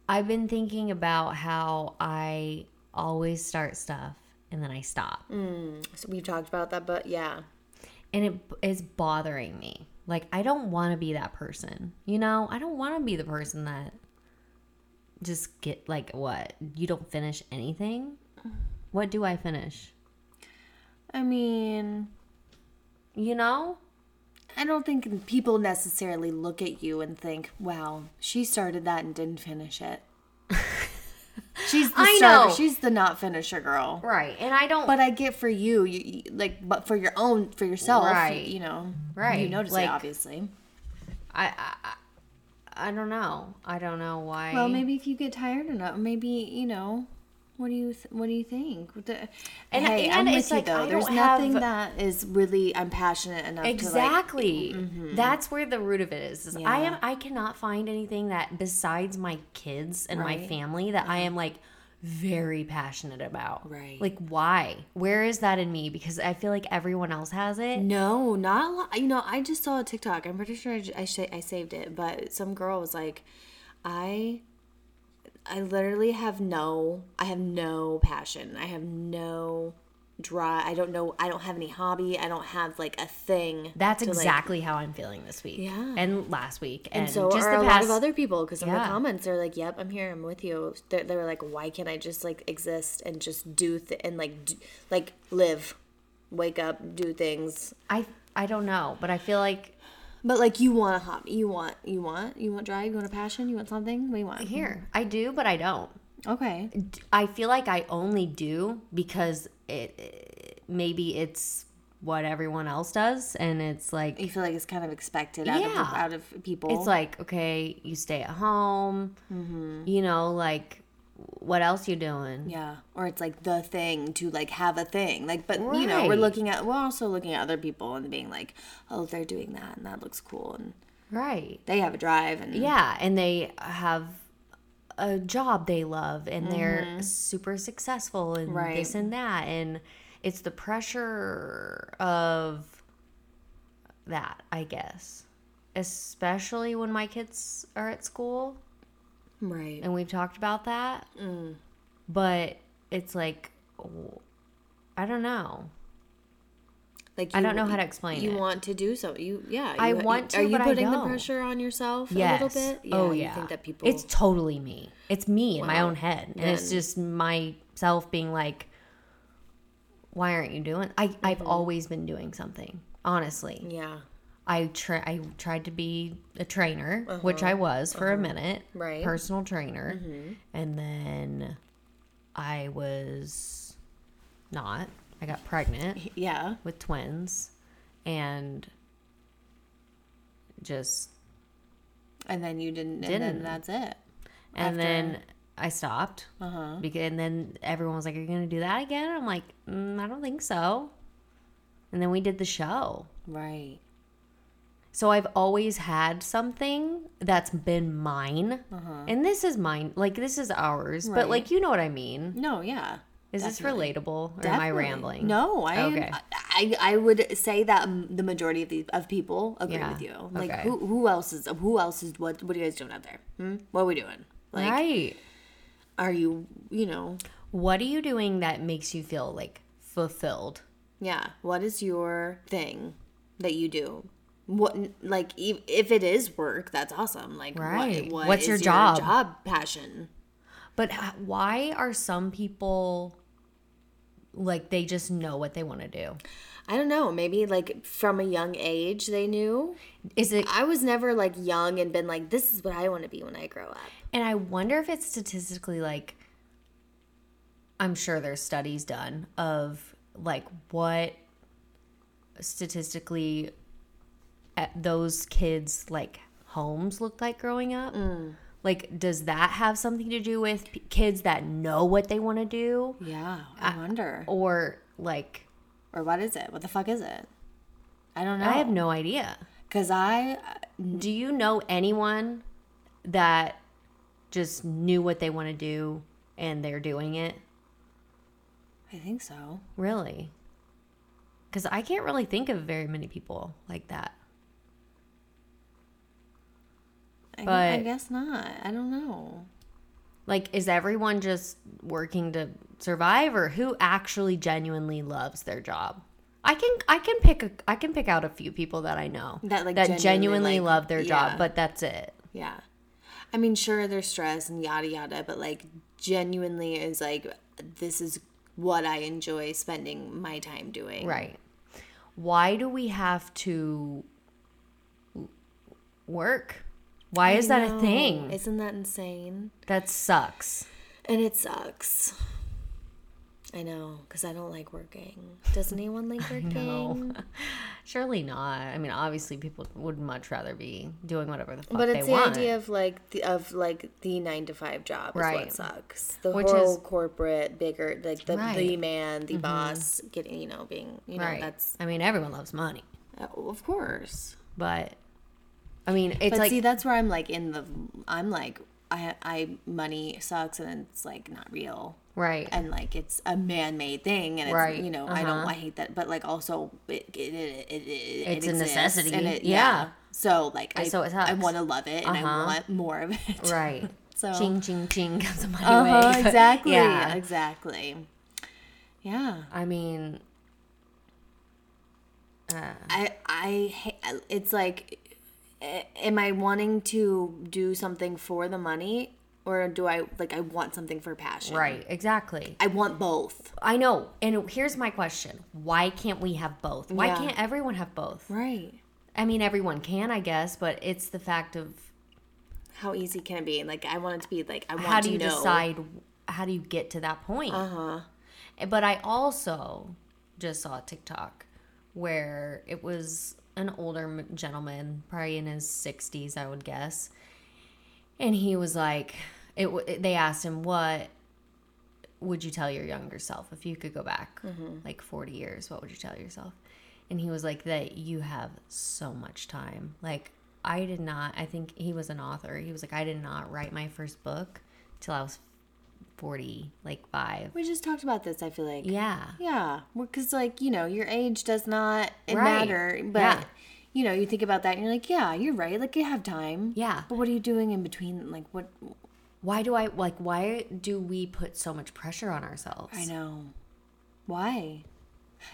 I've been thinking about how I always start stuff and then I stop
So we've talked about that, but yeah.
and it is bothering me. Like I don't want to be that person. You know, I don't want to be the person that just get like what? You don't finish anything? What do I finish?
I mean,
You know?
I don't think people necessarily look at you and think, "Wow, she started that and didn't finish it." she's the
I
starter.
know.
She's the not finisher girl.
Right. And I don't
But I get for you, you you- like, but for your own, for yourself,
Right.
You know,
Right.
You notice
Like-
it obviously.
I, I I I don't know. I don't know why.
Well, maybe if you get tired enough, maybe you know. What do you th- What do you think? What the-
And-
hey,
and
I'm
it's like,
with you though.
I
There's
don't have-
nothing that is really I'm passionate enough to like.
Exactly.
Mm-hmm.
That's where the root of it is. is I am I cannot find anything that besides my kids and my
Right.
family that
Uh-huh.
I am like very passionate about.
Right.
Like why? Where is that in me? Because I feel like everyone else has it.
No, not a lot. You know, I just saw a TikTok. I'm pretty sure I, j- I, sa- I saved it, but some girl was like, I. I literally have no, I have no passion. I have no drive. I don't know. I don't have any hobby. I don't have like a thing.
That's
to, like-
exactly how I'm feeling this week.
Yeah.
And last week. And,
and so
just
are
the
a
past
lot of other people because in the
Yeah.
comments they're like, "Yep, I'm here. I'm with you." They're, they were like, "Why can't I just like exist and just do th- and like d- like live, wake up, do things?"
I I don't know, but I feel like
But like, you want a hobby. You want you want you want drive. You want a passion. You want something. What do you want?
here. I do, but I don't.
Okay.
I feel like I only do because it, it maybe it's what everyone else does and it's like
You feel like it's kind of expected out
Yeah.
of out of people.
it's like okay you stay at home you know like what else you doing?
Yeah. Or it's like the thing to like have a thing. Like, but you know, we're
Right.
looking at, we're also looking at other people and being like, oh, they're doing that and that looks cool and
Right.
they have a drive and
Yeah, and they have a job they love and they're super successful and
Right.
this and that and it's the pressure of that, I guess. Especially when my kids are at school
Right.
and we've talked about that. But it's like w- I don't know.
Like
I
you-
don't know how to explain
You
it.
want to do so. You yeah.
I
you-
want to,
Are you
but I
putting the
don't.
pressure on yourself a little bit?
oh
you
yeah.
think that people
It's totally me. It's me in my
Wow.
own head, and it's
Then-
just myself being like, "Why aren't you doing?" I I've
Mm-hmm.
always been doing something. Honestly,
yeah.
I try I tried to be a trainer, which I was for a minute,
Uh-huh. Right. Mm-hmm.
Personal trainer, and then I was not. I got pregnant
yeah.
with twins, and just
And then you didn't, and
Didn't.
then that's it.
and
after-
then I stopped. Because and then everyone was like, "Are you going to do that again?" I'm like, mm, "I don't think so." And then we did the show.
Right.
So I've always had something that's been mine, and this is mine. Like this is ours,
Uh-huh. Right.
but like you know what I mean.
No, yeah.
Is this relatable, or am I
Definitely.
rambling?
No, I, am-
Okay.
I I would say that um, the majority of the, of people agree
Yeah.
with you. Like
Okay.
who who else is who else is what what are you guys doing out there? Hmm? What are we doing? Like
right.
are you you know
What are you doing that makes you feel like fulfilled?
Yeah. What is your thing that you do? What like e- if it is work, that's awesome. Like what-
Right.
what
What's
is
your job?
Job passion.
But h- why are some people like they just know what they want to do?
I don't know. Maybe like from a young age they knew.
Is it
I was never like young and been like this is what I want to be when I grow up.
And I wonder if it's statistically like I'm sure there's studies done of like what statistically at those kids like homes looked like growing up. Like does that have something to do with p- kids that know what they want to do
yeah I, wonder
or like
or what is it? What the fuck is it? I don't
I have
know
no idea.
because I
Do you know anyone that just knew what they want to do and they're doing it?
I think so.
Really? Because I can't really think of very many people like that.
I, gu- I
But-
guess not. I don't know.
Like, is everyone just working to survive, or who actually genuinely loves their job? I can I can pick a, I can pick out a few people that I know
That, like,
that genuinely,
genuinely, like-
love their
yeah.
job, but that's it.
Yeah. I mean, sure, there's stress and yada yada, but like genuinely is like, this is what I enjoy spending my time doing.
Right. Why do we have to work? Why is that a thing?
Isn't that insane?
that sucks.
And it sucks. I know, because I don't like working. Does anyone like working?
No, surely not. I mean, obviously, people would much rather be doing whatever the fuck
But
they
it's the
want.
idea of like the of like the nine to five job is
Right.
what sucks. The
Which
whole
is-
corporate, bigger like the, the
Right. Mm-hmm.
man, the boss, getting you know, being you know,
right.
that's
I mean, everyone loves money,
uh,
oh, of course.
but I mean, it's
But
like
see, that's where I'm like in the I'm like I I money sucks and it's like not real.
right,
and like it's a man-made thing and it's
Right. Uh-huh.
you know i don't i hate that but like also it, it, it, it, it
It's a
exists,
necessity.
and it, yeah.
Yeah.
so like i,
so it
I
sucks. Uh-huh.
want to love it and i want more of it
right.
So-
ching ching ching comes the money
uh-huh,
away.
exactly
yeah.
exactly yeah
I mean,
i i ha-
it's like a- am i wanting to do something for the money or do i like i want something for passion
right, exactly.
i want both
I know. And here's my question: Why can't we have both? Why
Yeah.
can't everyone have both?
right
I mean, everyone can, I guess, but it's the fact of
how easy can it be like i want it to be like i want
how do
to
you
know.
decide how do you get to that point uh-huh but i also just saw a tiktok where it was an older m- gentleman probably in his 60s i would guess and he was like it w- they asked him what would you tell your younger self if you could go back
Mm-hmm.
like 40 years? What would you tell yourself? And he was like, that you have so much time. Like, I did not, I think he was an author. He was like, I did not write my first book till I was 40, like five.
We just talked about this, I feel like.
Yeah.
Yeah, because like you know, your age does not it
Right.
matter, but
Yeah.
you know, you think about that and you're like, yeah, you're right. Like you have time.
Yeah.
But what are you doing in between? Like what?
Why do I, like, why do we put so much pressure on ourselves?
I know. Why?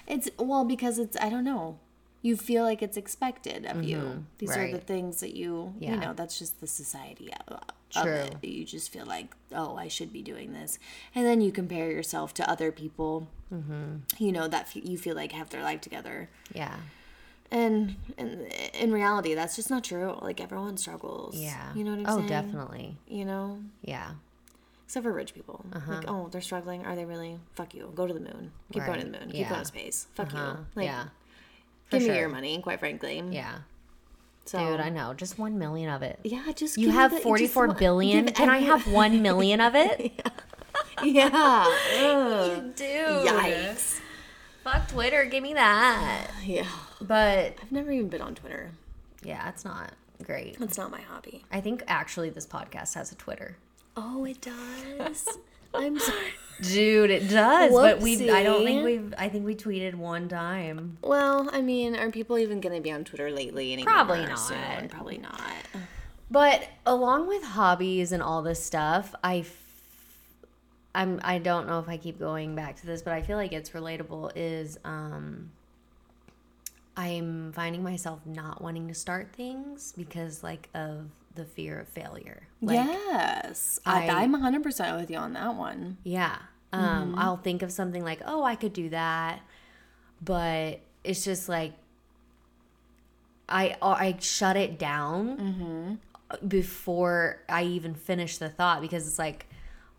It's well because it's I don't know. You feel like it's expected of you. These are the
Mm-hmm. right.
things that you
Yeah.
you know. That's just the society of, of
True.
it. You just feel like oh, I should be doing this, and then you compare yourself to other people.
Mm-hmm.
You know that f- you feel like have their life together.
Yeah.
And, and in reality, that's just not true. Like everyone struggles.
Yeah.
You know what I'm
oh,
saying?
definitely.
You know,
Yeah.
except for rich people.
Uh-huh.
Like, oh, they're struggling. Are they really? Fuck you. Go to the moon. Keep going to the
Right.
moon. Keep
Yeah.
going to space. Fuck
Uh,
you. Like,
yeah.
give me
sure.
your money, quite frankly.
Yeah.
So,
Dude, I know. Just one million of it.
yeah, just
You
give me
have
the- just
forty-four
want-
billion.
give
Can I
every-
have 1 million of it?
Yeah. Ugh.
Dude.
Oh, Yikes.
Fuck Twitter. Give me that.
Yeah.
But
I've never even been on Twitter.
yeah, it's not great.
It's not my hobby.
I think actually this podcast has a Twitter.
Oh, it does. I'm sorry.
Dude, it does. But we I don't
Whoopsie.
think we've I think we tweeted one time.
Well, I mean, are people even going to be on Twitter lately? Anymore,
Probably not.
Soon? Probably not.
But along with hobbies and all this stuff, I f- I'm I don't know if I keep going back to this, but I feel like it's relatable is um I'm finding myself not wanting to start things because like of the fear of failure. Like
yes, I,
I-
I'm 100 percent with you on that one.
Yeah. Um,
Mm-hmm.
I'll think of something like, oh, I could do that. But it's just like, I, uh, I shut it down
Mm-hmm.
before I even finish the thought because it's like,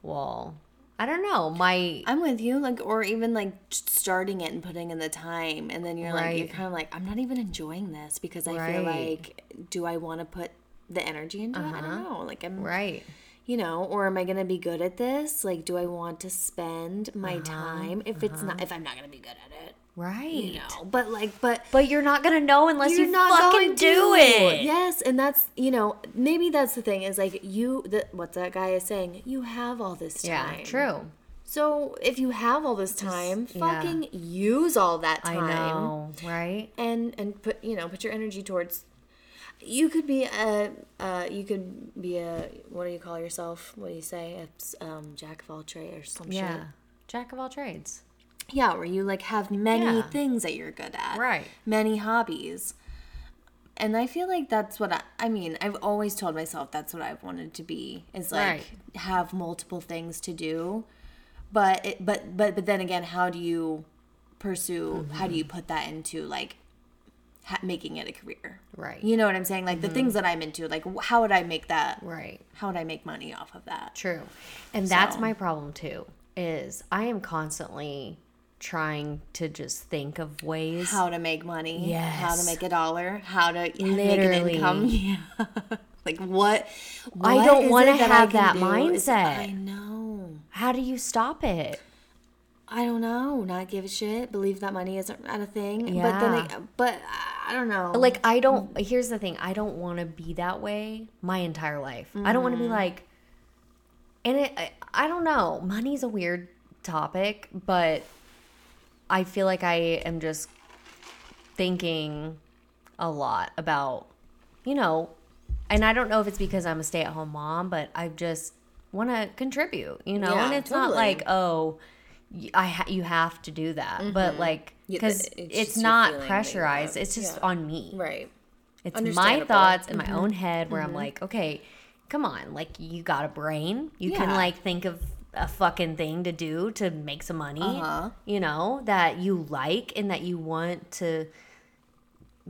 well, I don't know. My,
I'm with you, like, or even like just starting it and putting in the time, and then you're like, you're
Right.
kind of like, I'm not even enjoying this because I feel
Right. Uh-huh.
like, do I want to put the energy into it? I don't know. Like, I'm,
right.
you know, or am I gonna be good at this? Like, do I want to spend my
Uh-huh.
time if it's not if I'm not gonna be good at it?
Right.
You know, but like, but
But you're not going to know unless you
you're not
fucking
going
do
to.
it.
Yes, and that's you know maybe that's the thing is like you the, what that guy is saying. You have all this
Yeah,
time.
true.
So if you have all this time,
yeah.
fucking use all that
I
time
know, right?
and and put you know put your energy towards. You could be a uh, you could be a what do you call yourself? What do you say? A s- um, jack of all trades or some
Yeah.
shit.
Jack of all trades.
Yeah, where you like have many
Yeah.
things that you're good at.
Right.
Many hobbies. And I feel like that's what I, I mean, I've always told myself that's what I've wanted to be is like
Right.
have multiple things to do. But it, but but but then again, how do you pursue how do you
Mm-hmm.
put that into like ha- making it a career?
Right. Mm-hmm.
You know what I'm saying? Like the things that I'm into, like wh- how would I make that?
Right.
How would I make money off of that?
True. And that's
So-
my problem too is I am constantly trying to just think of ways
how to make money, how to
Yes.
make a dollar, how to make an
Literally.
income. Yeah. like what?
I
what
don't
is
wanna
it I
have
can
that
do? It's-
mindset.
I know.
how do you stop it?
I don't know. Not give a shit. Believe that money isn't not a thing. But then,
Yeah.
I, but I don't know.
Like I don't
Mm.
here's the thing, I don't want to be that way my entire life. I don't
Mm.
want to be like and it I, I don't know. Money's a weird topic, but I feel like I am just thinking a lot about, you know, and I don't know if it's because I'm a stay at home mom, but I just want to contribute, you know,
Yeah,
and it's not
totally.
like, oh, y- I ha- you have to do that, but like,
Mm-hmm. Yeah,
because
but it's
it's,
just your
not
feeling that you
pressurized,
have.
it's just
Yeah.
on me.
right.
It's my
Understandable. Mm-hmm.
thoughts in my own head where I'm like, okay, come on, like you got a brain, you can
Yeah.
like think of a fucking thing to do to make some money,
Uh-huh.
you know, that you like and that you want to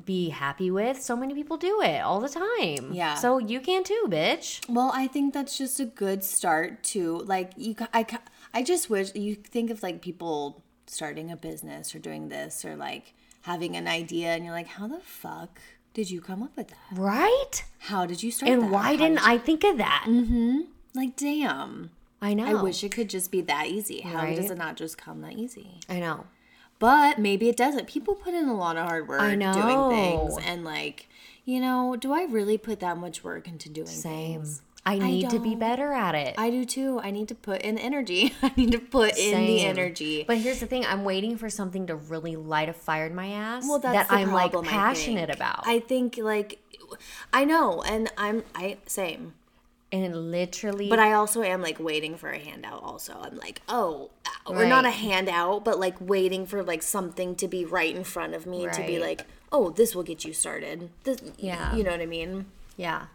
be happy with. So many people do it all the time.
Yeah.
So you can too, bitch.
Well, I think that's just a good start to like you. ca- I ca- I just wish you think of like people starting a business or doing this or like having an idea, and you're like, how the fuck did you come up with that?
Right?
How did you start?
And
that?
why
How
didn't I think of that?
Like, damn.
I know.
I wish it could just be that easy. How
Oh. Right?
does it not just come that easy?
I know.
But maybe it doesn't. People put in a lot of hard work
I know.
doing things and like, you know, do I really put that much work into doing
Same.
things?
I need to be
don't-
better at it.
I do too. I need to put in energy. I need to put in the
Same.
energy.
But here's the thing: I'm waiting for something to really light a fire in my ass
Well, that's
that
the
I'm
problem,
like
I
passionate
think.
about,
I think like I know, and I'm I same.
and it literally.
But I also am like waiting for a handout. Also, I'm like, oh, or not a
Right.
handout, but like waiting for like something to be right in front of me to be
Right.
like, oh, this will get you started. This,
Yeah.
you know what I mean.
yeah,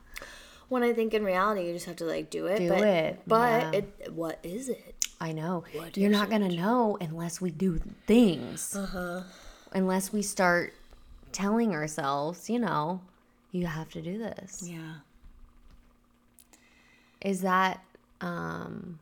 When I think in reality, you just have to like do it.
Do
but,
it,
But
yeah.
it, what is it?
I know. You're not gonna know unless we do things. Uh-huh. Unless we start telling ourselves, you know, you have to do this.
yeah.
Is that um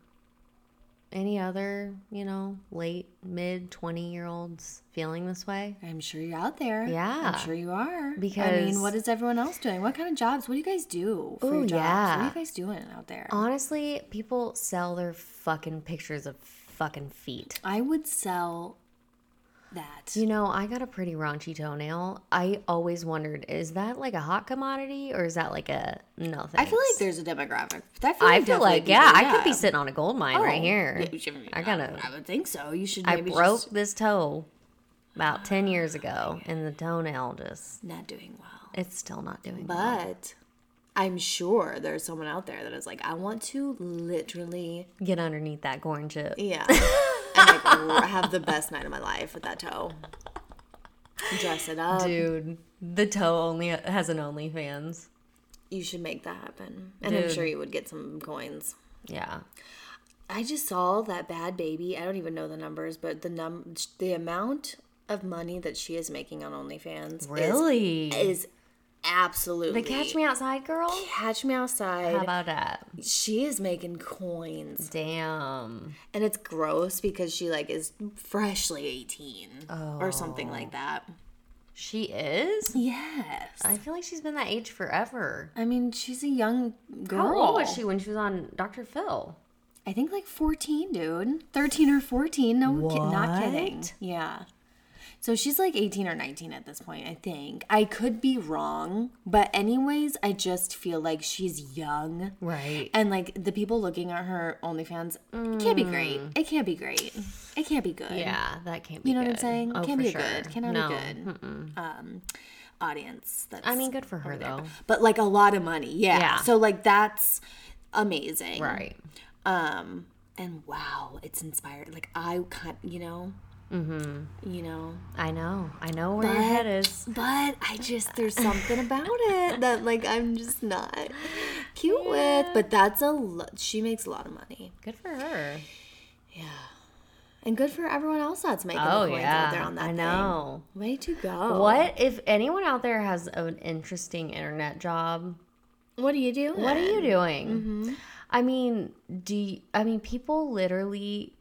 any other, you know, late mid 20 year olds feeling this way?
I'm sure you're out there.
Yeah.
I'm sure you are. I
Because-
mean, what is everyone else doing? What kind of jobs? What do you guys do for
Ooh,
your jobs? What are
yeah.
you guys doing out there?
Honestly, people sell their fucking pictures of fucking feet.
I would sell that.
You know, I got a pretty raunchy toenail. I always wondered, is that like a hot commodity or is that like a nothing?
I feel like there's a demographic. I
I
feel like,
feel
definitely
like,
people-
yeah, I could be sitting on a gold mine right
Oh,
here.
yeah, you should-
I gotta.
I would think so. You should.
I
Maybe
broke
Just
this toe about ten years ago, and the toenail just—it's
not doing well.
still not doing. well.
But I'm sure there's someone out there that is like, I want to literally,
Get underneath that corn chip.
yeah, and like r- have the best night of my life with that toe. Dress it up.
Dude, the toe only has an OnlyFans.
You should make that happen, and I'm
Dude.
sure you would get some coins.
Yeah,
I just saw that bad baby. I don't even know the numbers, but the num the amount of money that she is making on OnlyFans is-
really.
is, absolutely
the Catch Me Outside girl.
Catch me
How
outside.
about that?
she is making coins,
Damn.
and it's gross because she like is freshly eighteen or
Oh.
something like that.
She is.
Yes.
I feel like she's been that age forever.
I mean, she's a young girl.
How old was she when she was on Dr. Phil?
I think like 14, dude. 13 or 14. No, ki- not kidding.
What?
Yeah. So she's like 18 or 19 at this point, I think. I could be wrong, but anyways, I just feel like she's young.
Right.
And like the people looking at her OnlyFans, it can't be great. It can't be great. It can't be good.
Mm. Yeah, that can't be.
You know what I'm
good.
saying?
Oh,
can't
for
be
sure.
good. Cannot
no.
be good. Um, audience. That's
I mean, good for her though.
but like a lot of money. Yeah.
Yeah.
So like that's amazing.
Right.
Um, and wow, it's inspired. Like I can't, you know, mm-hmm. you know,
I know. I know where your head is.
but I just there's
Something about it that like I'm just not cute with, but that's a lo- she makes a lot of money.
Good for her.
And good for everyone else that's making
Oh
the coins
yeah.
out there on that
I
thing.
know.
Way to
Oh.
go.
What if anyone out there has an interesting internet job?
What do you do?
What are you doing?
Mm-hmm.
I mean, do you, I mean people literally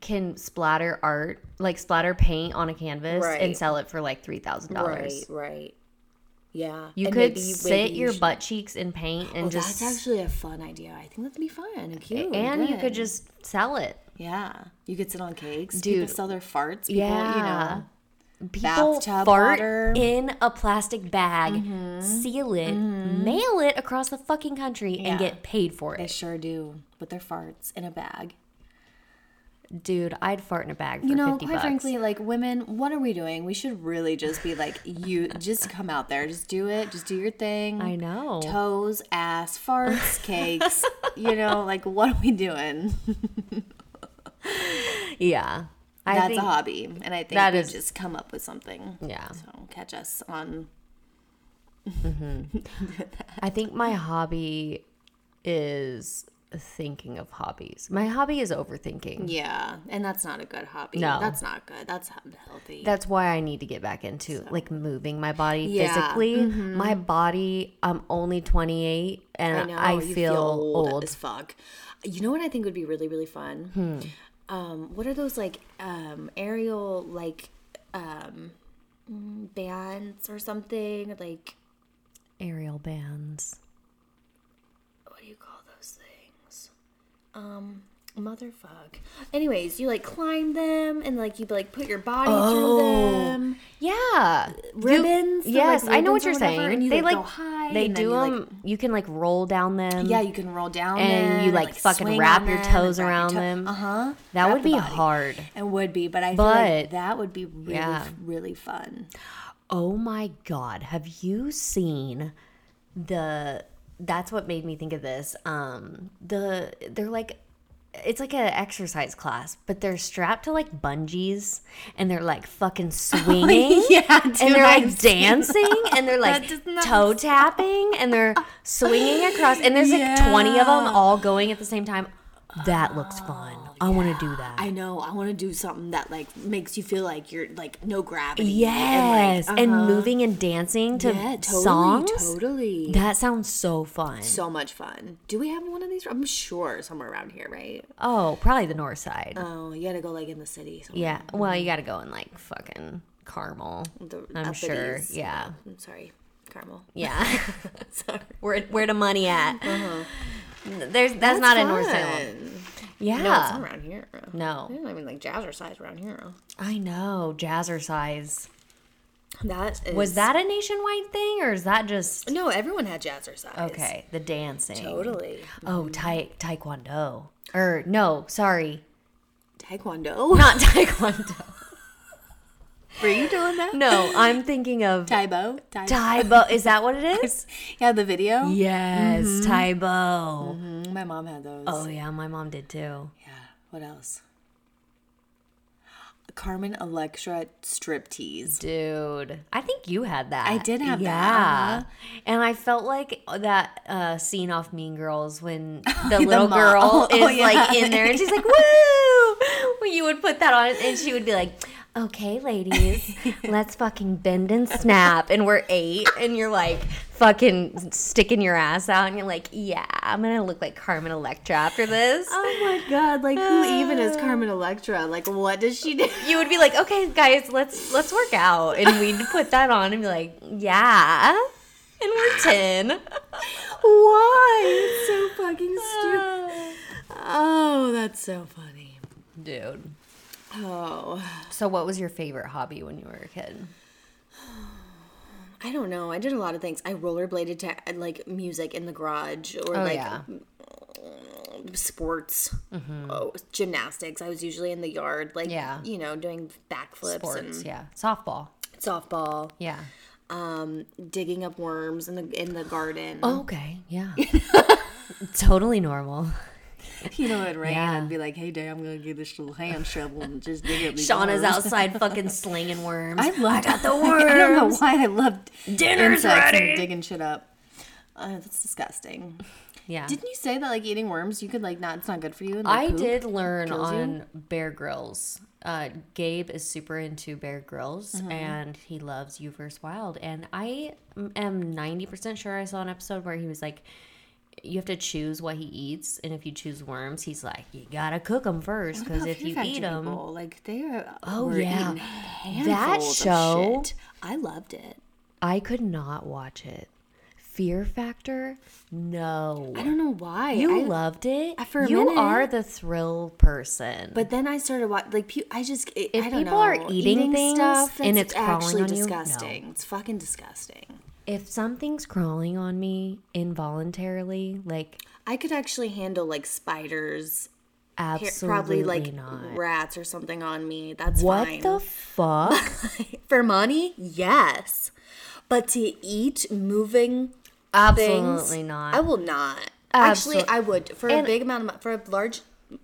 can splatter art like splatter paint on a canvas
Right.
and sell it for like three thousand
Right,
dollars.
right. Yeah.
You
And
could
maybe- maybe
sit
you
your
should-
butt cheeks in paint and
Oh,
just
that's actually a fun idea. I think that'd be fun and cute.
and you could
good.
just sell it.
yeah, you could sit on cakes.
Dude.
people sell their farts. People, you know,
people
Bathtub
fart
water. Mm-hmm.
in a plastic bag, seal it, mail it across the fucking country, and
Yeah.
get paid for
they
it.
sure do with their farts in a bag.
Dude, I'd fart in a bag for
You know,
50
quite
bucks.
frankly, like women, what are we doing? We should really just be like, you just come out there, just do it, just do your thing.
I know.
Toes, ass, farts, cakes. you know, like what are we doing?
yeah. I
That's
think,
a hobby, and I think
that
we
is-
just come up with something.
Yeah.
So catch us on.
I think my hobby is thinking of hobbies. My hobby is overthinking.
Yeah, and that's not a good hobby.
No.
that's not good. That's unhealthy.
That's why I need to get back into like moving my body
Yeah.
physically.
Mm-hmm.
My body, I'm only 28 and I,
you
feel, old. Hmm.
as fuck. You know what I think would be really really fun? Um, what are those like um, aerial like um, mm, bands or something? Like
Aerial bands.
what do you call those things? um motherfuck. Anyways, you like climb them and like you like put your body
Oh.
through them.
Yeah,
Ribbons, they're, like,
yes, I
ribbons
know what
or
you're
whatever,
saying.
and you,
they
like,
like
go high,
they
and then
do
you, like-
them. you can like roll down them.
Yeah, you can roll down
Mm. And
them
you, like, fucking wrap your toes around them.
Uh
Uh-huh.
huh.
that would be hard.
It would be, but I feel like
But-
that would be really,
yeah.
really fun.
Oh my god, have you seen the that's what made me think of this. Um the they're like it's like an exercise class, but they're strapped to like bungees and they're like fucking swinging.
Oh, Yeah, dude,
and they're
I've
like
seen
dancing and they're like
does not
toe tapping and they're swinging across and there's like 20 of them all going at the same time. That looks fun. I want to do that.
Oh, I know. I want to do something that like makes you feel like you're like no gravity. uh-huh.
yes. And, moving and dancing to
Yeah, totally,
songs.
Totally.
That sounds so fun.
so much fun. Do we have one of these? I'm sure somewhere around here, right?
oh, probably the north side.
Oh, you gotta go like in the city. Somewhere.
yeah. Well, you got to go in like fucking Carmel.
The
I'm sure.
uppities.
Yeah.
I'm sorry, Carmel.
Yeah. Where where the money at? There's that's, not in North Salem. Yeah.
No, it's not around here.
No.
There's not even like jazzercise around here.
I know. Jazzercise.
That is,
Was that a nationwide thing or is that just
No, everyone had jazzercise.
Okay, the dancing.
Totally.
Oh, tai- taekwondo. Or no, sorry.
Taekwondo.
Not taekwondo.
Were you doing that?
No, I'm thinking of
Taibo. Tai-
Taibo. Is that what it is?
yeah, the video.
Yes,
Mm-hmm.
Taibo.
Mm, My mom had those.
Oh yeah, my mom did too.
Yeah. What else? Carmen Electra striptease.
Dude, I think you had that.
I did have that, uh-huh.
yeah. And I felt like that uh, scene off Mean Girls when the little
mom.
girl
Oh,
is
oh, yeah.
like in there and she's like, woo! Well, you would put that on and she would be like, okay, ladies, let's fucking bend and snap. And we're eight and you're like fucking sticking your ass out and you're like, yeah, I'm going to look like Carmen Electra after this.
Oh my god, like who even is Carmen Electra? Like what does she do?
you would be like, okay, guys, let's let's work out, and we'd put that on and be like, yeah, and we're ten.
Why? It's so fucking stupid. Ah. Oh, that's so funny.
Dude.
Oh.
So, what was your favorite hobby when you were a kid?
I don't know. I did a lot of things. I rollerbladed to uh, like music in the garage or like
Oh,
mm,
yeah.
sports, oh, gymnastics. I was usually in the yard, like
Yeah.
you know, doing backflips
Sports,
and
yeah, softball,
softball,
yeah.
um, digging up worms in the in the garden.
Okay, yeah. totally normal.
You know, it rain.
Yeah.
I'd be like, "Hey, Dad, I'm gonna get this little hand shovel and just dig up these."
Shauna's
worms."
outside fucking slinging worms.
I loved
got the
I don't know
worms.
why I loved
Dinner's
insects
ready.
and digging shit up. Uh, that's disgusting.
yeah.
Didn't you say that like eating worms, you could like not? It's not good for you. And, like,
I
poop?
did learn
Kills you?
on Bear Grylls. Uh, Gabe is super into Bear Grylls,
Mm-hmm.
and he loves You vs. Wild. And I am ninety percent sure I saw an episode where he was like, "You have to choose what he eats, and if you choose worms, he's like, you gotta cook them first because if you eat them,
people, like they are.
Oh,
were
yeah.
eating
That
handfuls of
show-
shit. I loved it.
I could not watch it. Fear Factor, no,
I don't know why.
you
I,
loved it.
I- for a
you
minute-
are the thrill person,
But then I started watching, like, pe- I just, it,
If
I don't
people are
know.
eating things and it's crawling
actually
on you, no.
disgusting. It's fucking disgusting.
if something's crawling on me involuntarily, like.
I could actually handle like spiders, pa-
Absolutely
probably like
not.
rats or something on me. That's
What
fine.
the fuck?
For money, yes, but to eat moving
Absolutely
things,
not.
I will not.
Absol-
Actually, I would for a
And-
big amount of mo- for a large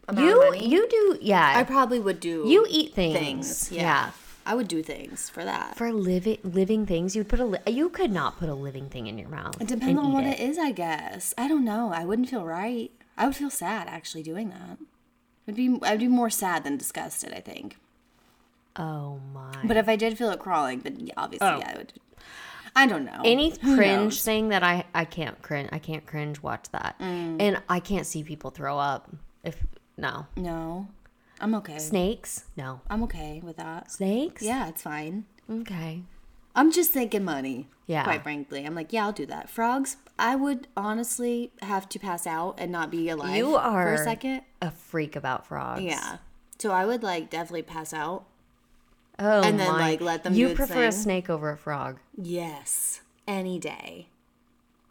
amount
you
of money.
you do yeah.
I probably would do.
you eat things.
things,
yeah.
yeah. I would do things for that.
For living living things, you'd put a li- you could not put a living thing in your mouth.
It depends on what it is, I guess. I don't know. I wouldn't feel right. I would feel sad actually doing that. I'd be I'd be more sad than disgusted. I think.
Oh my.
But if I did feel it crawling, then yeah, obviously yeah, I would. I don't know.
Oh. Any
Who
cringe
knows?
thing that I I can't cringe I can't cringe watch that.
Mm.
And I can't see people throw up if no.
No, I'm okay.
Snakes? No.
I'm okay with that.
Snakes?
Yeah, it's fine.
Okay.
I'm just thinking money.
Yeah.
Quite frankly, I'm like, yeah, I'll do that. Frogs,
I would honestly have to pass out and not be alive.
You
for
are-
a second.
A freak about frogs.
Yeah. So I would like definitely pass out.
Oh,
And then,
my.
like, let them
You
do its
prefer a
thing.
snake over a frog.
Yes, any day.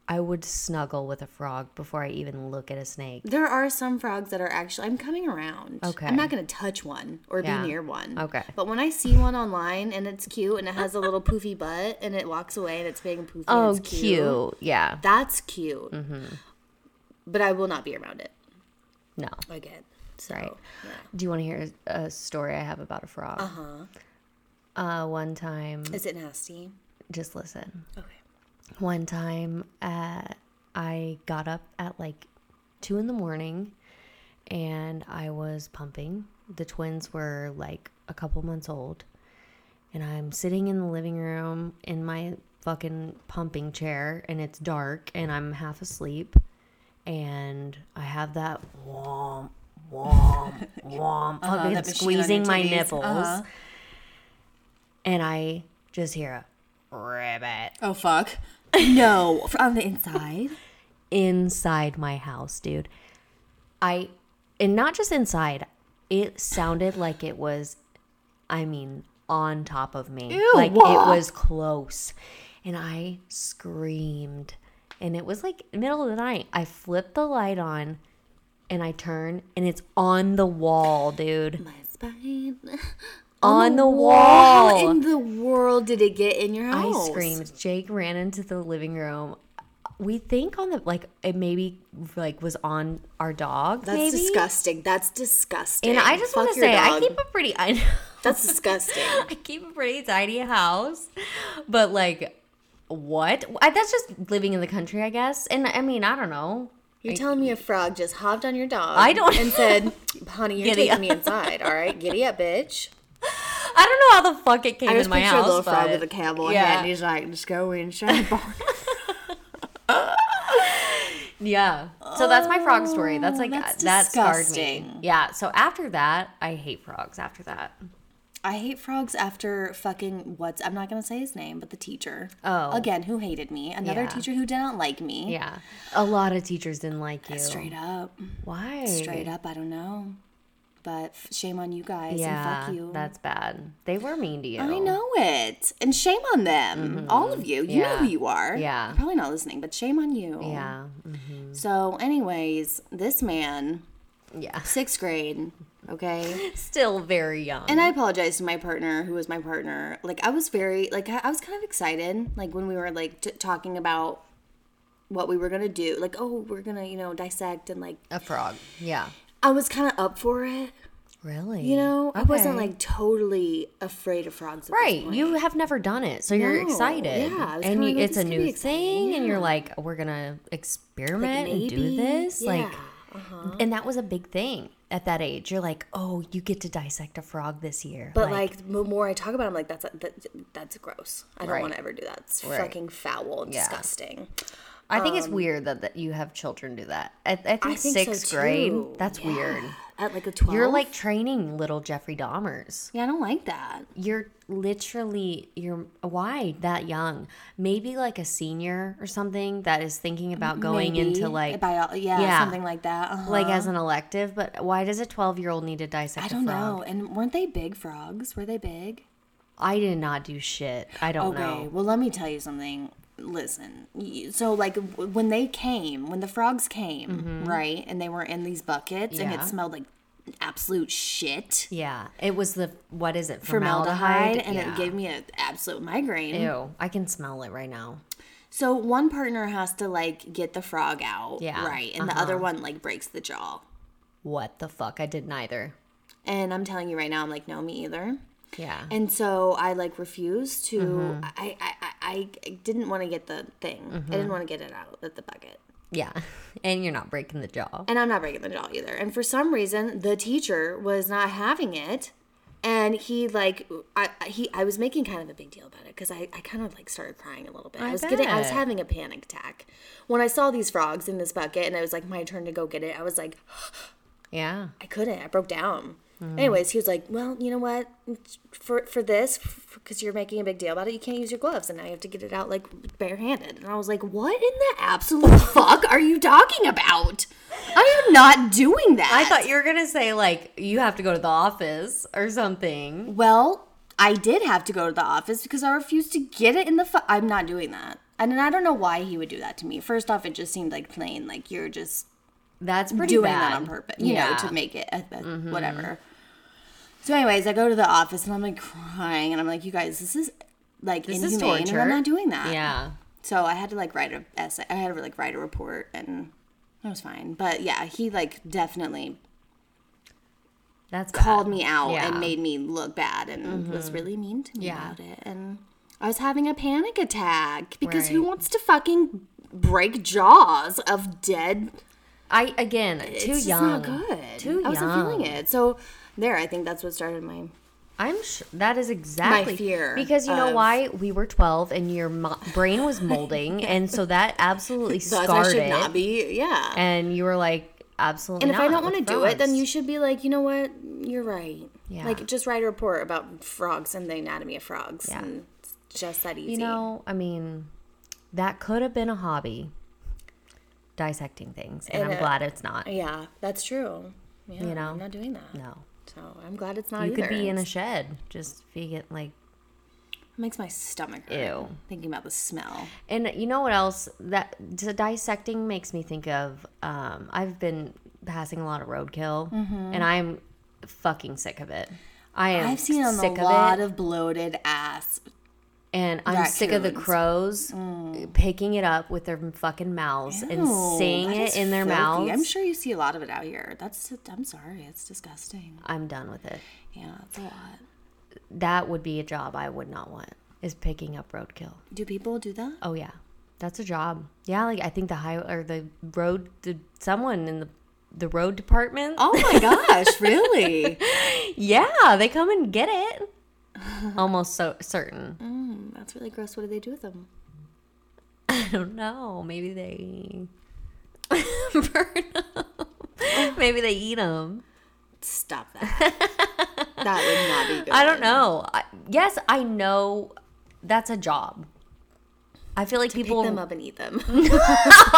I would snuggle with a frog before I even look at a snake.
There are some frogs that are actually. I'm coming around.
Okay.
I'm not going to touch one or
Yeah.
be near one.
Okay.
But when I see one online and it's cute and it has a little poofy butt and it walks away and it's big and poofy.
Oh,
and it's
cute. Mm-hmm. Yeah.
That's cute. But I will not be around it
No.
again. So,
Right.
yeah.
Do you want to hear a story I have about a frog? Uh-huh. Uh, one time,
Is it nasty?
just listen.
Okay.
One time, uh, I got up at like two in the morning, and I was pumping. The twins were like a couple months old, and I'm sitting in the living room in my fucking pumping chair, and it's dark, and I'm half asleep, and I have that womp womp womp fucking
Uh-huh, that machine on your
squeezing my
titties.
nipples,
Uh-huh.
and I just hear a rabbit.
Oh fuck. No, on the inside.
inside my house, dude. I and not just inside. It sounded like it was I mean on top of me. Like it was close. And I screamed. And it was like middle of the night. I flipped the light on and I turn and it's on the wall, dude.
My spine.
On, the, wall.
How in the world did it get in your
I
house?
screamed. Oh, Jake ran into the living room. We think on the like it maybe like was on our dog.
That's
maybe?
disgusting. That's disgusting.
And I just want
Fuck
to
your
say I
dog.
keep a pretty I know
That's disgusting.
I keep a pretty tidy house, but like what? I, that's just living in the country, I guess. And I mean, I don't know.
You're telling me a frog just hopped on your dog.
I don't-
And said, "Honey, you're
Giddy
taking
up."
me inside. All right, giddy up, bitch."
I don't know how the fuck it came
I
in
just
my
picture a
house.
little frog
but-
with a cowboy
Yeah.
hat, and he's like, "Just go in, shut the bar."
Yeah. So that's my frog story.
Oh,
That's like
that's
that scarred me.
disgusting.
Yeah. So after that, I hate frogs. After that.
I hate frogs after fucking what's I'm not gonna say his name, but the teacher.
Oh.
Again, who hated me. Another
Yeah.
teacher who did not like me.
Yeah. A lot of teachers didn't like you.
Straight up.
Why?
Straight up, I don't know. But f- shame on you guys
Yeah.
and fuck you.
That's bad. They were mean to you.
I know it. And shame on them. All of you. You know
Mm-hmm. Yeah.
who you are.
Yeah.
You're probably not listening, but shame on you.
Yeah.
So, anyways, this man,
Yeah.
sixth grade, okay?
Still very young.
And I apologize to my partner, who was my partner. Like I was very, like I I was kind of excited, like when we were like t- talking about what we were gonna do. Like, oh, we're gonna, you know, dissect and like
a frog. Yeah.
I was kind of up for it,
Really?
you know. I wasn't
Okay.
like totally afraid of frogs. At This
Right.
point.
You have never done it, so you're
No.
excited.
Yeah, I was
and
kinda
you,
like,
it's
"This
a
could be
new
exciting."
thing, and you're like, we're gonna experiment and do this. Like,
Uh-huh.
and that was a big thing at that age. You're like, oh, you get to dissect a frog this year.
But like, the more I talk about, it, I'm like, "That's that, that's gross. I don't
Right.
want to ever do that. It's
Right.
fucking foul, and disgusting."
I think it's weird that, that you have children do that. I, I think,
um, I think so,
sixth grade.
too.
That's
Yeah.
weird.
At like a twelve,
You're like training little Jeffrey Dahmers.
yeah, I don't like that.
you're literally you're why that young maybe like a senior or something that is thinking about going
Maybe.
into like
bio, yeah,
yeah.
something like that. uh
like as an elective but why does a 12 year old need to dissect
I don't
a frog
know. And weren't they big frogs? Were they big?
i did not do shit i don't know
Well, let me tell you something. Listen. y- So, like, w- when they came, when the frogs came, right, and they were in these buckets, and
Mm-hmm. Yeah.
it smelled like absolute shit.
yeah it was the what is it
formaldehyde,
formaldehyde,
and
Yeah.
it gave me an absolute migraine.
ew i can smell it right now
So one partner has to like get the frog out,
Yeah, uh-huh.
right, and the other one like breaks the jaw.
what the fuck i did neither
And I'm telling you right now, I'm like, no, me either.
yeah
And so I like refused to. I, I I I didn't want to get the thing.
I didn't want to get it out at the bucket.
yeah and you're not breaking the jaw
And I'm not breaking the jaw either. And for some reason, the teacher was not having it. And he like I I- he I was making kind of a big deal about it because I, I kind of like started crying a little bit. I, was getting I was
bet.
having a panic attack when I saw these frogs in this bucket and it was like my turn to go get it. I was like
yeah
I couldn't. I broke down.
Mm.
Anyways, he was like, "Well, you know what? For for this, because you're making a big deal about it, you can't use your gloves, and now you have to get it out like barehanded." And I was like, "What in the absolute fuck are you talking about? I am not doing that."
I thought you were gonna say like you have to go to the office or something.
Well, I did have to go to the office because I refused to get it in the. Fu- I'm not doing that. And then I don't know why he would do that to me. First off, it just seemed like plain, like you're just
That's pretty
doing
bad.
that on purpose, you
yeah. Mm-hmm.
know, to make it a, a, whatever. So, anyways, I go to the office and I'm like crying and I'm like, you guys, this is like
is
inhumane, and
torture.
I'm not doing that.
Yeah.
So I had to like write a essay. I had to like write a report, and it was fine. But yeah, he like definitely
That's
called
bad.
me out
Yeah. Mm-hmm.
and made me look bad and was really mean to me
Yeah.
about it. And
I was having a panic attack because who
Right.
wants to fucking break jaws of dead?
I again too
it's
young.
Just not good.
Too
I wasn't feeling
young.
it. So there, I think that's what started my.
I'm sure that is exactly
fear
because you know
of-
why we were 12 and your mo- brain was molding and so that absolutely
Thus,
scarred
I should
it
not be. Yeah.
and you were like absolutely
And if I
not
don't want
with
to do it, then
frogs.
you should be like, you know what? You're right.
Yeah.
Like, just write a report about frogs and the anatomy of frogs. Yeah. And it's just that easy.
you know I mean that could have been a hobby dissecting things and,
And
I'm
it-
glad it's not
Yeah, that's true. Yeah,
You know?
I'm not doing that.
no
So I'm glad
Oh,
it's not
you
either.
could be in a
It's-
shed just vegan like
it makes my stomach hurt
ew
thinking about the smell.
And you know what else? That d- dissecting makes me think of. Um, I've been passing a lot of roadkill, and I'm fucking sick of it. I am.
Mm-hmm. I've seen on a
sick
lot
of it,
of bloated ass.
and I'm sick of the
raccoons. Mm.
crows picking it up with their fucking mouths and saying
that
it
is
in their
filthy.
mouths.
I'm sure you see a lot of it out here. That's I'm sorry, it's disgusting.
I'm done with it.
Yeah, it's a lot.
That would be a job I would not want. Is picking up roadkill.
Do people do that?
Oh yeah, that's a job. Yeah, like I think the high or the road, the someone in the the road department.
Oh my gosh, really?
Yeah, they come and get it. Almost so certain.
Mm, that's really gross. What do they do with them?
I don't know. Maybe they burn 'em. Maybe they eat them.
Stop that.
That would not be good.
I don't know. I, yes, I know that's a job. I feel like
Pick them
people
up and eat them.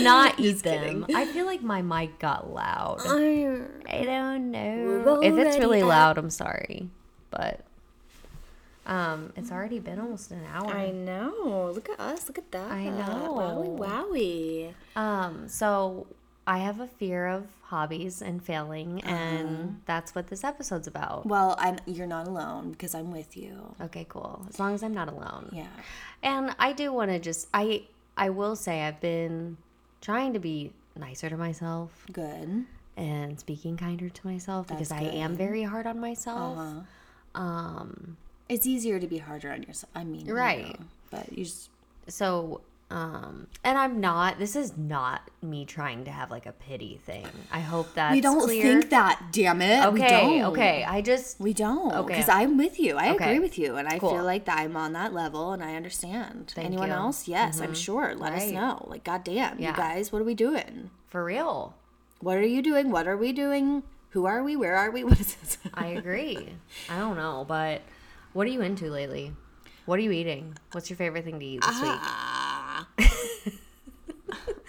not eat them. I feel like my mic got loud. I don't know. If it's
already
really
at-
loud, I'm sorry, but um, it's already been almost an hour.
I know. Look at us. Look at that.
I know.
Wowie, wowie.
Um, so I have a fear of hobbies and failing,
Uh-huh.
and that's what this episode's about.
well, I'm you're not alone because I'm with you.
Okay, cool. As long as I'm not alone.
Yeah.
And I do want to just I I will say I've been trying to be nicer to myself
Good.
and speaking kinder to myself because I am very hard on myself.
Uh-huh.
Um,
It's easier to be harder on yourself. I mean, you
Right.
know, but you just
so um and I'm not this is not me trying to have like a pity thing. I hope that's
we don't
clear.
think that. Damn it. we
Okay,
don't.
okay. I just
We don't.
Okay.
Because I'm with you. I
Okay.
agree with you. And I
Cool.
feel like that I'm on that level and I understand. Anyone
you.
else? Yes,
Mm-hmm.
I'm sure. Let us
Right.
know. Like, goddamn,
Yeah.
you guys, what are we doing?
for real.
What are you doing? What are we doing? Who are we? Where are we? What is this?
I agree. I don't know, but what are you into lately? What are you eating? What's your favorite thing to eat this week?
Ah,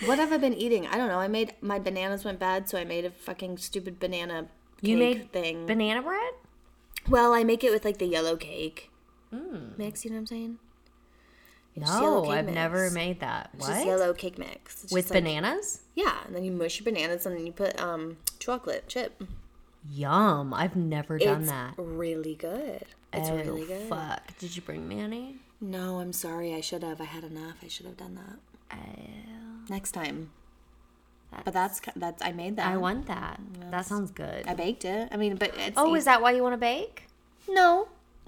What have I been eating? I don't know. I made my bananas went bad, so I made a fucking stupid banana.
You
cake
made
thing.
banana bread?
well, I make it with like the yellow cake mix. You know what I'm saying? It's just yellow
Mm. No,
cake
I've never
mix.
made that.
It's Just
What?
yellow cake mix It's
With
just, like-
bananas?
yeah, and then you mush your bananas and then you put um chocolate chip.
Yum. I've never done
it's
that.
really good. It's
oh,
really good.
fuck. Did you bring me any?
No, I'm sorry. I should have. I had enough. I should have done that.
Next time. But that's that's I made that.
I want that. That sounds good.
I baked it. I mean, but it's
Oh, is that why you want to bake?
no.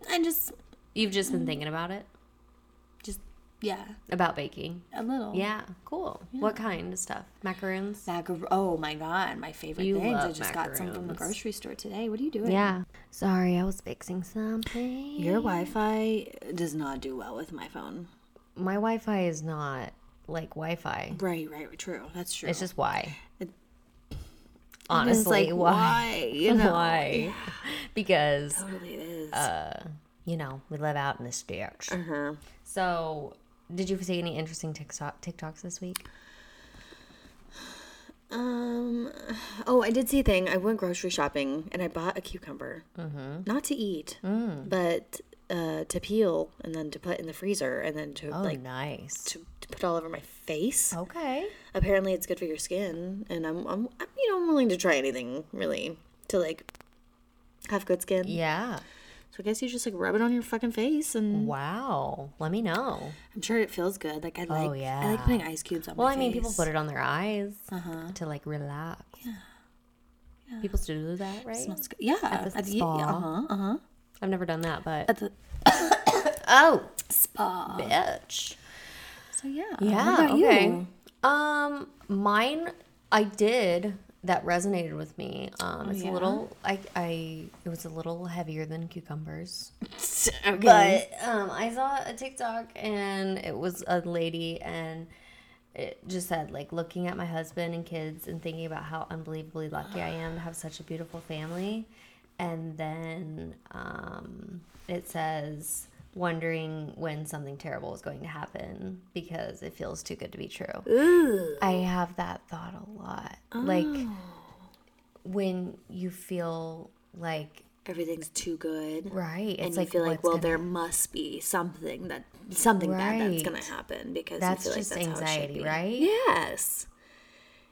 I just
You've just been thinking about it?
just yeah,
About baking?
a little.
Oh. Yeah, cool. What kind of stuff? Macaroons?
Macar- oh my god, my favorite
You
things. I
love
just got some from the
macaroons.
grocery store today. What are you doing?
Yeah. Sorry, I was fixing something.
Your Wi-Fi does not do well with my phone.
my Wi-Fi is not like Wi-Fi.
Right, right, true. That's true.
It's just Y.
It's
honestly.
like
why? Uh,
why? You know,
Why? Because,
Totally it is.
you know, we live out in the sticks.
uh-huh.
So, did you see any interesting TikTok TikToks this week?
Um. Oh, I did see a thing. I went grocery shopping and I bought a cucumber, mm-hmm. not to eat,
Mm.
but uh, to peel and then to put in the freezer and then to
Oh,
like
nice.
to, to put all over my face.
Okay.
Apparently, it's good for your skin, and I'm, I'm I'm you know I'm willing to try anything really to like have good skin.
Yeah.
So I guess you just like rub it on your fucking face,
Mm-hmm.
and
Mm. Wow. Let me know.
I'm sure it feels good. Like I like I
Oh, yeah.
like putting ice cubes on.
Well,
my
I mean, people
face.
put it on their eyes
Uh-huh.
to like relax. Yeah. People still do that, right?
Smells good. Yeah.
At the
At the-
spa.
uh-huh.
I've never done that, but
At the
oh,
spa.
bitch.
So yeah.
Yeah.
about
okay.
you?
Um, mine. I did that resonated with me.
Oh,
Um, it's a little. I. I. It was a little heavier than cucumbers.
Okay.
But um, I saw a TikTok and it was a lady and it just said like looking at my husband and kids and thinking about how unbelievably lucky I am to have such a beautiful family. And then um, it says wondering when something terrible is going to happen because it feels too good to be true. I have that thought a lot.
Oh.
Like when you feel like
Everything's too good.
right, it's
and
like
you feel like,
what's
well,
gonna
there must be something that something bad that's gonna
Right.
happen because
That's
you feel
just
like that's
anxiety,
how it
right?
should be. Yes.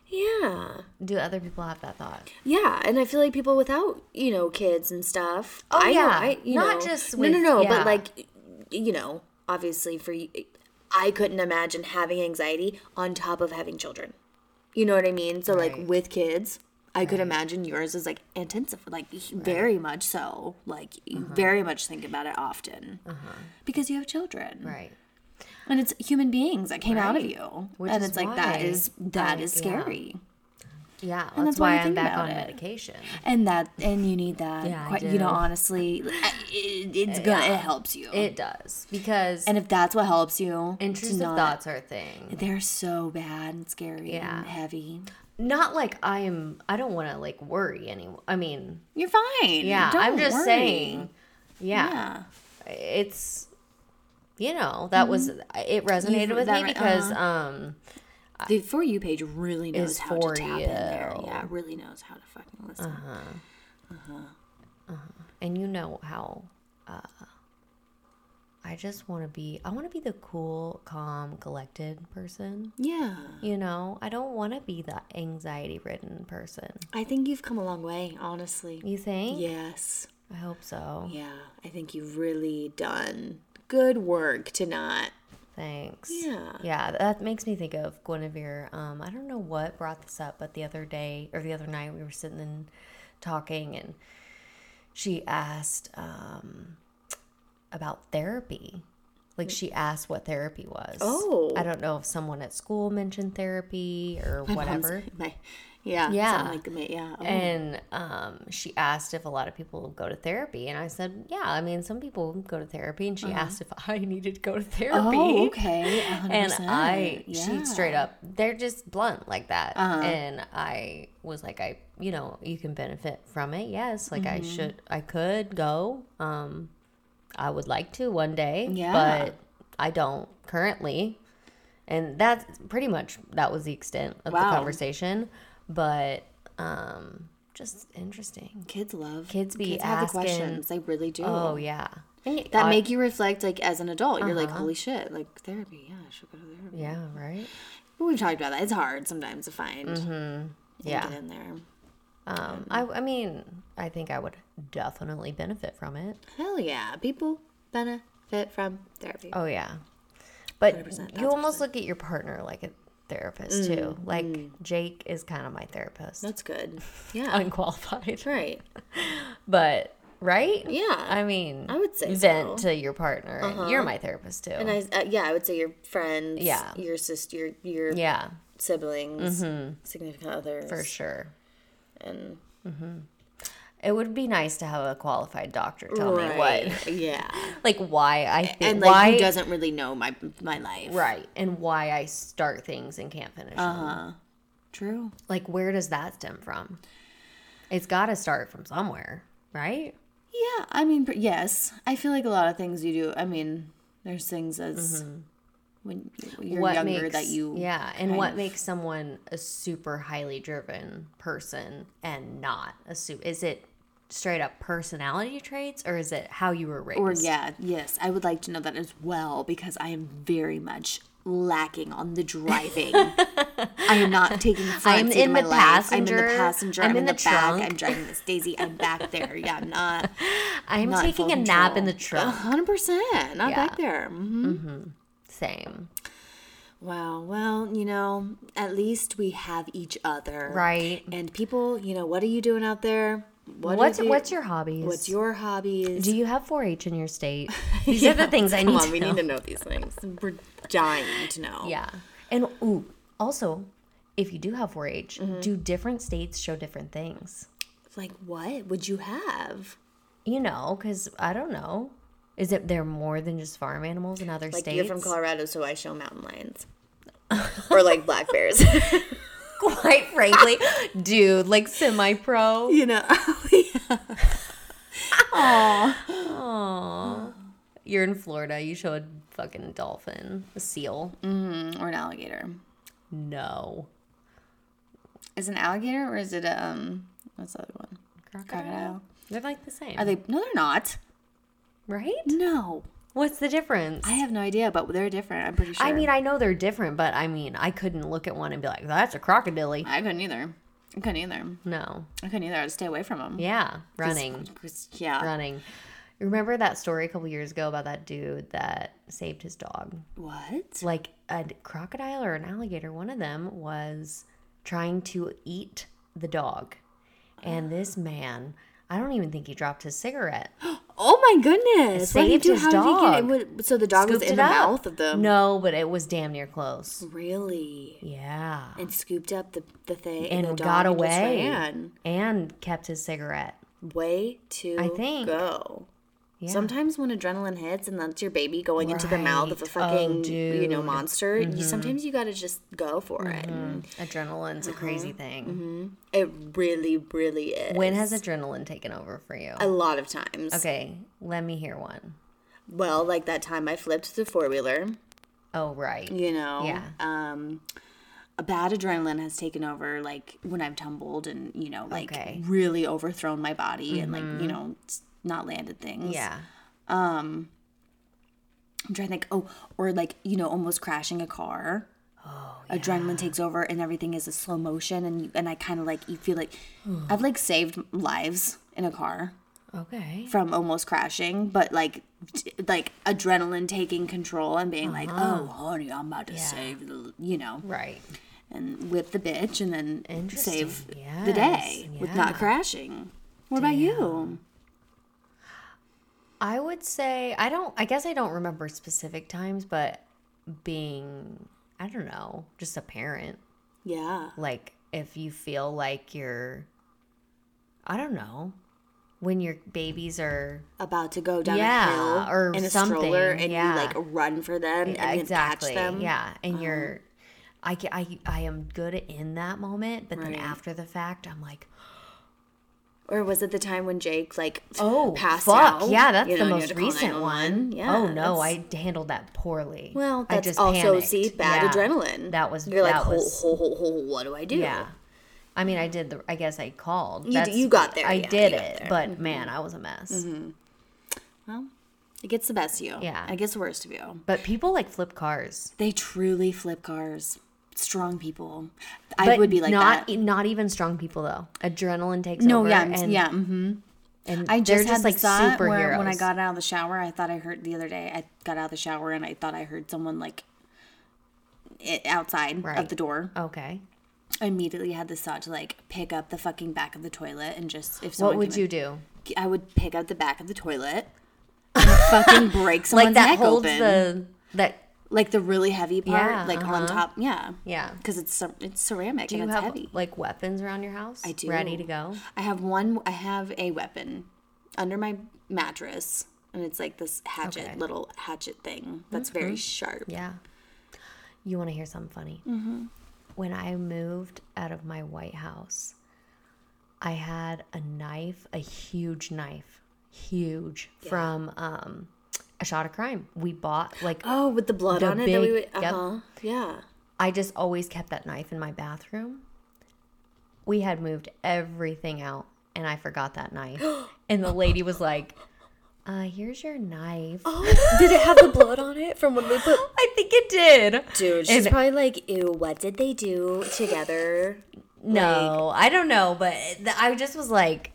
Yeah.
Do other people have that thought?
Yeah, and I feel like people without you know kids and stuff.
Oh,
I,
yeah.
I, you
Not
know-
just
no,
with-
no, no.
yeah.
But like, y- you know, obviously for you, I couldn't imagine having anxiety on top of having children. You know what I mean? So
Right.
like with kids, I could imagine yours is like intensive, like
Very much so. Like you
Uh-huh.
very much think about it often. Because you have children.
Right.
And it's human beings that came out of you.
Which
and
is
it's like that
why
is that
I-
is
yeah.
scary.
Yeah. That's,
that's why
why
you
I'm
think
back
about
on
it.
medication.
And that and you need that.
Yeah, I
quite, you
do.
know, honestly, it, it's good. It helps you.
It does because
and if that's what helps you, to
intrusive
not-
thoughts are a thing.
They're so bad and scary
Yeah.
and heavy.
Not like I'm. I don't want to like worry anyone. I mean,
You're fine.
yeah.
Don't
I'm just
worry.
saying. Yeah,
Yeah. Mm-hmm.
It's. You know that was it resonated with
that uh-huh.
me
re-
because um
The For You page really knows
Is
how
for
to tap in there.
you. Uh-huh.
Yeah, it really knows how to fucking listen.
and you know how uh I just want to be I want to be the cool calm collected person
yeah.
You know, I don't want to be the anxiety ridden person.
I think you've come a long way, honestly.
You think?
Yes.
I hope so.
Yeah, I think you've really done good work to not.
Thanks.
Yeah.
Yeah, that makes me think of Guinevere. Um, I don't know what brought this up, but the other day or the other night we were sitting and talking, and she asked um, about therapy. Like she asked what therapy was.
Oh.
I don't know if someone at school mentioned therapy or whatever.
My, yeah.
Yeah.
something Like, my, yeah. oh.
And um, she asked if a lot of people go to therapy. And I said, yeah, I mean, some people go to therapy. And she
Uh-huh.
asked if I needed to go to therapy.
Oh, okay. 100%.
And I,
Yeah. Uh-huh.
she straight up, they're just blunt like that. And I was like, I, you know, you can benefit from it. Yes. Like I
Mm-hmm.
should, I could go. Um, I would like to one day.
Yeah.
But I don't currently. And that's pretty much, that was the extent of
Wow.
the conversation. But, um, just interesting.
Kids love
Kids be
have the
asking.
questions. They really do.
Oh yeah. And y-
that
I- Uh-huh.
make you reflect like as an adult. You're like, holy shit, like therapy. Yeah, I should go to therapy.
Yeah. Right.
We've talked about that. It's hard sometimes to find. and
Mm-hmm. Yeah.
get in there.
Um, I, I mean, I think I would definitely benefit from it.
Hell yeah, people benefit from therapy.
Oh yeah, but
100%,
you almost look at your partner like a therapist too. Like Jake is kind of my therapist,
Mm, That's good.
Oh,
Yeah,
unqualified,
right.
but right?
Yeah.
I mean,
I would say
vent
so. Uh-huh.
to your partner, and you're my therapist too.
And I, uh, yeah, I would say your friends.
Yeah.
your sister, your your
yeah, Mm-hmm.
siblings, significant others,
for sure.
and
It would be nice to have a qualified doctor tell me
Right, Yeah,
what, like, why I think
and like
why
who doesn't really know my my life.
right and why
Uh-huh.
I start things and can't finish them.
True.
Like, where does that stem from? It's got to start from somewhere, right?
Yeah, I mean, pr- yes, I feel like a lot of things you do. I mean, there's things as when you're younger that you
Mm-hmm. yeah and what makes someone a super highly driven person and not a super is it straight up personality traits or is it how you were raised
Or yeah, yes, I would like to know that as well because I am very much lacking on the driving. I am not taking front
I'm
seat
in
my
the
life. I'm in
passenger.
the passenger.
I'm
I'm,
in
in,
the
the, back.
trunk.
I'm driving this Daisy. I'm back there. Yeah, I'm not.
i'm
not in
taking a
full
nap in
control.
the trunk
Hundred percent. Not back there. hmm
same
Wow. Well, you know, at least we have each other,
Right.
And people, you know, what are you doing out there? What
what's
are you-
what's your hobbies
what's your hobbies?
do you have 4-h in your state these are the things i need
Come
to
on, we
know.
need to know these things. We're dying to know.
yeah and ooh also if you do have 4-h
Mm-hmm.
do different states show different things
Like, what would you have?
you know because i don't know is it there more than just farm animals in other
Like,
states
you're from Colorado, so I show mountain lions. or like black bears.
quite frankly, dude, like semi pro.
you know,
You're in Florida, you show a fucking dolphin, a seal.
Mm, Or an alligator.
No.
Is it an alligator or is it a um? What's the other one? Crocodile.
They're like the same.
Are they? No, they're not.
right?
No,
What's the difference?
I
I,
have no idea, but they're different. I'm pretty sure.
mean, I know they're different, but I mean, I couldn't look at one and be like, that's a crocodile.
I couldn't either. I couldn't either.
No.
I couldn't either. I'd stay away from them.
Yeah, running.
Yeah.
Running. Remember that story a couple years ago about that dude that saved his dog?
What?
like a d- crocodile or an alligator, one of them was trying to eat the dog. And this man, I don't even think he dropped his cigarette.
Oh my goodness! What did he
saved
do?
his
How
dog.
did he get it? What- so the dog
Scooped
was in
it
the
up.
mouth of the
No, but it was damn near close.
really
Yeah.
and scooped up the the thing
And
the dog
got
and just
away.
ran.
And kept his cigarette.
Way to
I think.
go.
Yeah.
Sometimes when adrenaline hits and that's your baby going into the mouth of a
Right.
fucking
Oh,
you know
dude. Mm-hmm.
monster, you, sometimes you gotta just go for it.
Adrenaline's a crazy
Uh-huh.
thing.
It really, really Mm-hmm. is.
When has adrenaline taken over for you?
a lot of times.
Okay, let me hear one.
Well, like that time I flipped the four wheeler.
Oh, right.
you know
Yeah.
um a bad adrenaline has taken over like when i've tumbled and you know like
Okay. Mm-hmm.
really overthrown my body and like you know s- not landed things
Yeah.
i'm trying to think oh or like you know almost crashing a car Oh, adrenaline takes over and everything is a slow motion and you, and I kind of like you feel like I've like saved lives in a car
Okay.
from almost crashing but like t- like adrenaline taking control and being like
Uh-huh.
oh honey I'm about to save the you know
Right.
and whip the bitch and then
Interesting.
save the
Yes.
day with not
Yeah.
crashing. What about you?
I would say I don't I guess I don't remember specific times, but being I don't know, just a parent.
Yeah.
Like if you feel like you're I don't know, when your babies are
About to go down
Yeah,
a hill
or
in a
something,
stroller and
yeah.
you like run for them and then
exactly
catch them. Uh-huh.
yeah, and you're I, ca- I I am good in that moment, but then
Right.
after the fact, I'm like,
Or was it the time when Jake like
oh,
passed
fuck,
out?
yeah, that's
You
the
know, and you had
most
to call
recent one.
911. Yeah.
oh no,
that's-
I handled that poorly.
Well,
I
that's
just
also
panicked.
see bad
Yeah.
adrenaline.
That was
you're like,
that
ho,
was-
ho, ho, ho, what do I do?
Yeah. I mean, I did the. I guess I called.
You d- you got there,
I
yeah,
did
you got
it,
there.
but
Mm-hmm.
man, I was a mess.
Well, it gets the best of you.
Yeah.
It gets the worst of you.
But people like flip cars.
They truly flip cars. Strong people. I
But
would be like
not e,
that.
not even strong people though. Adrenaline takes
No,
over.
yeah,
and,
yeah. hmm
And
I
they're
just had
just
this
like
like thought
superheroes.
where when I got out of the shower, I thought I heard the other day. I got out of the shower and I thought I heard someone like i outside
Right.
of the door.
okay,
I immediately had this thought to like pick up the fucking back of the toilet and just if someone
what
came
would
in-
you do?
I would pick up the back of the toilet, and fucking break someone's
Like that
neck
holds
open,
the that.
like the really heavy part,
Yeah, uh-huh.
like on top. Yeah,
Yeah.
because it's cer- it's ceramic
Do you
and it's
have
heavy.
like weapons around your house? I
do.
Ready to go.
I have one. I have a weapon under my mattress, and it's like this hatchet,
Okay.
little hatchet thing that's very sharp.
Yeah. You want to hear something funny? Mm-hmm. When I moved out of my white house, I had a knife, a huge knife, huge from um, a shot of crime. We bought like
Oh, with the blood
The
on it. that we
big-
would,
yep.
uh-huh. Yeah.
I just always kept that knife in my bathroom. We had moved everything out and I forgot that knife. And the lady was like, uh, here's your knife.
Did it have the blood on it from when they put?
I think it did.
Dude, she's probably like, ew. What did they do together?
No, I don't know, but th- I just was like,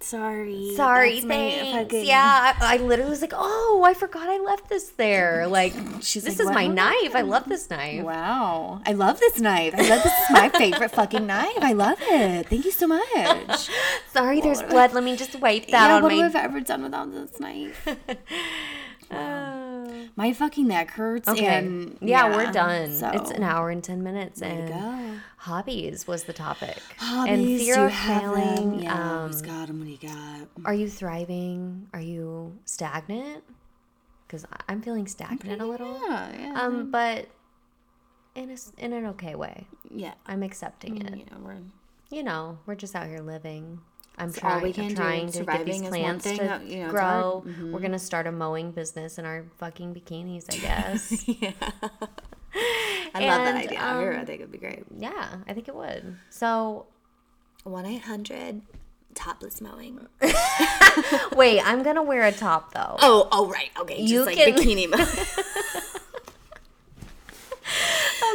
Sorry.
sorry,
that's my
thanks.
fucking-
Yeah, I, I literally was like, oh, I forgot I left this there. Like,
She's
this
like,
is my
"Wow."
knife. I love this knife.
Wow. I love this knife. I love this is my favorite fucking knife. I love it. Thank you so much.
Sorry, there's blood. Let me just wipe that
yeah,
on
what
my.
have I ever done without this knife? My fucking neck hurts.
Okay.
Oh. And
yeah, we're done.
So.
It's an hour and 10 minutes. And
go.
hobbies was the topic.
Hobbies,
and
do
fear
you
of
have them?
failing.
Yeah,
Um,
who's got 'em? What do you got?
are you thriving? Are you stagnant? Because I'm feeling stagnant a little.
uh,
Yeah, yeah,
Um, but in a, s- in an okay way.
yeah.
I'm accepting it.
Yeah, we're
You know, we're just out here living. I'm
all
trying,
we
I'm
can do.
trying to get
Surviving
these
is one
plants
thing
to
that, you know, it's
grow.
hard.
We're gonna start a mowing business in our fucking bikinis, I guess.
I love that
And, um,
idea. I heard- I think it'd be great.
yeah, I think it would. So
One eight hundred topless mowing.
wait, I'm gonna wear a top though.
Oh, oh right. Okay, just
You
like
can-
bikini mowing.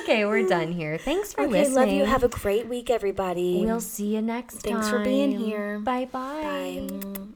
Okay, we're done here. Thanks for
okay,
listening.
love you. Have a great week, everybody.
we'll see you next time.
Thanks for being here.
Bye bye.
Bye.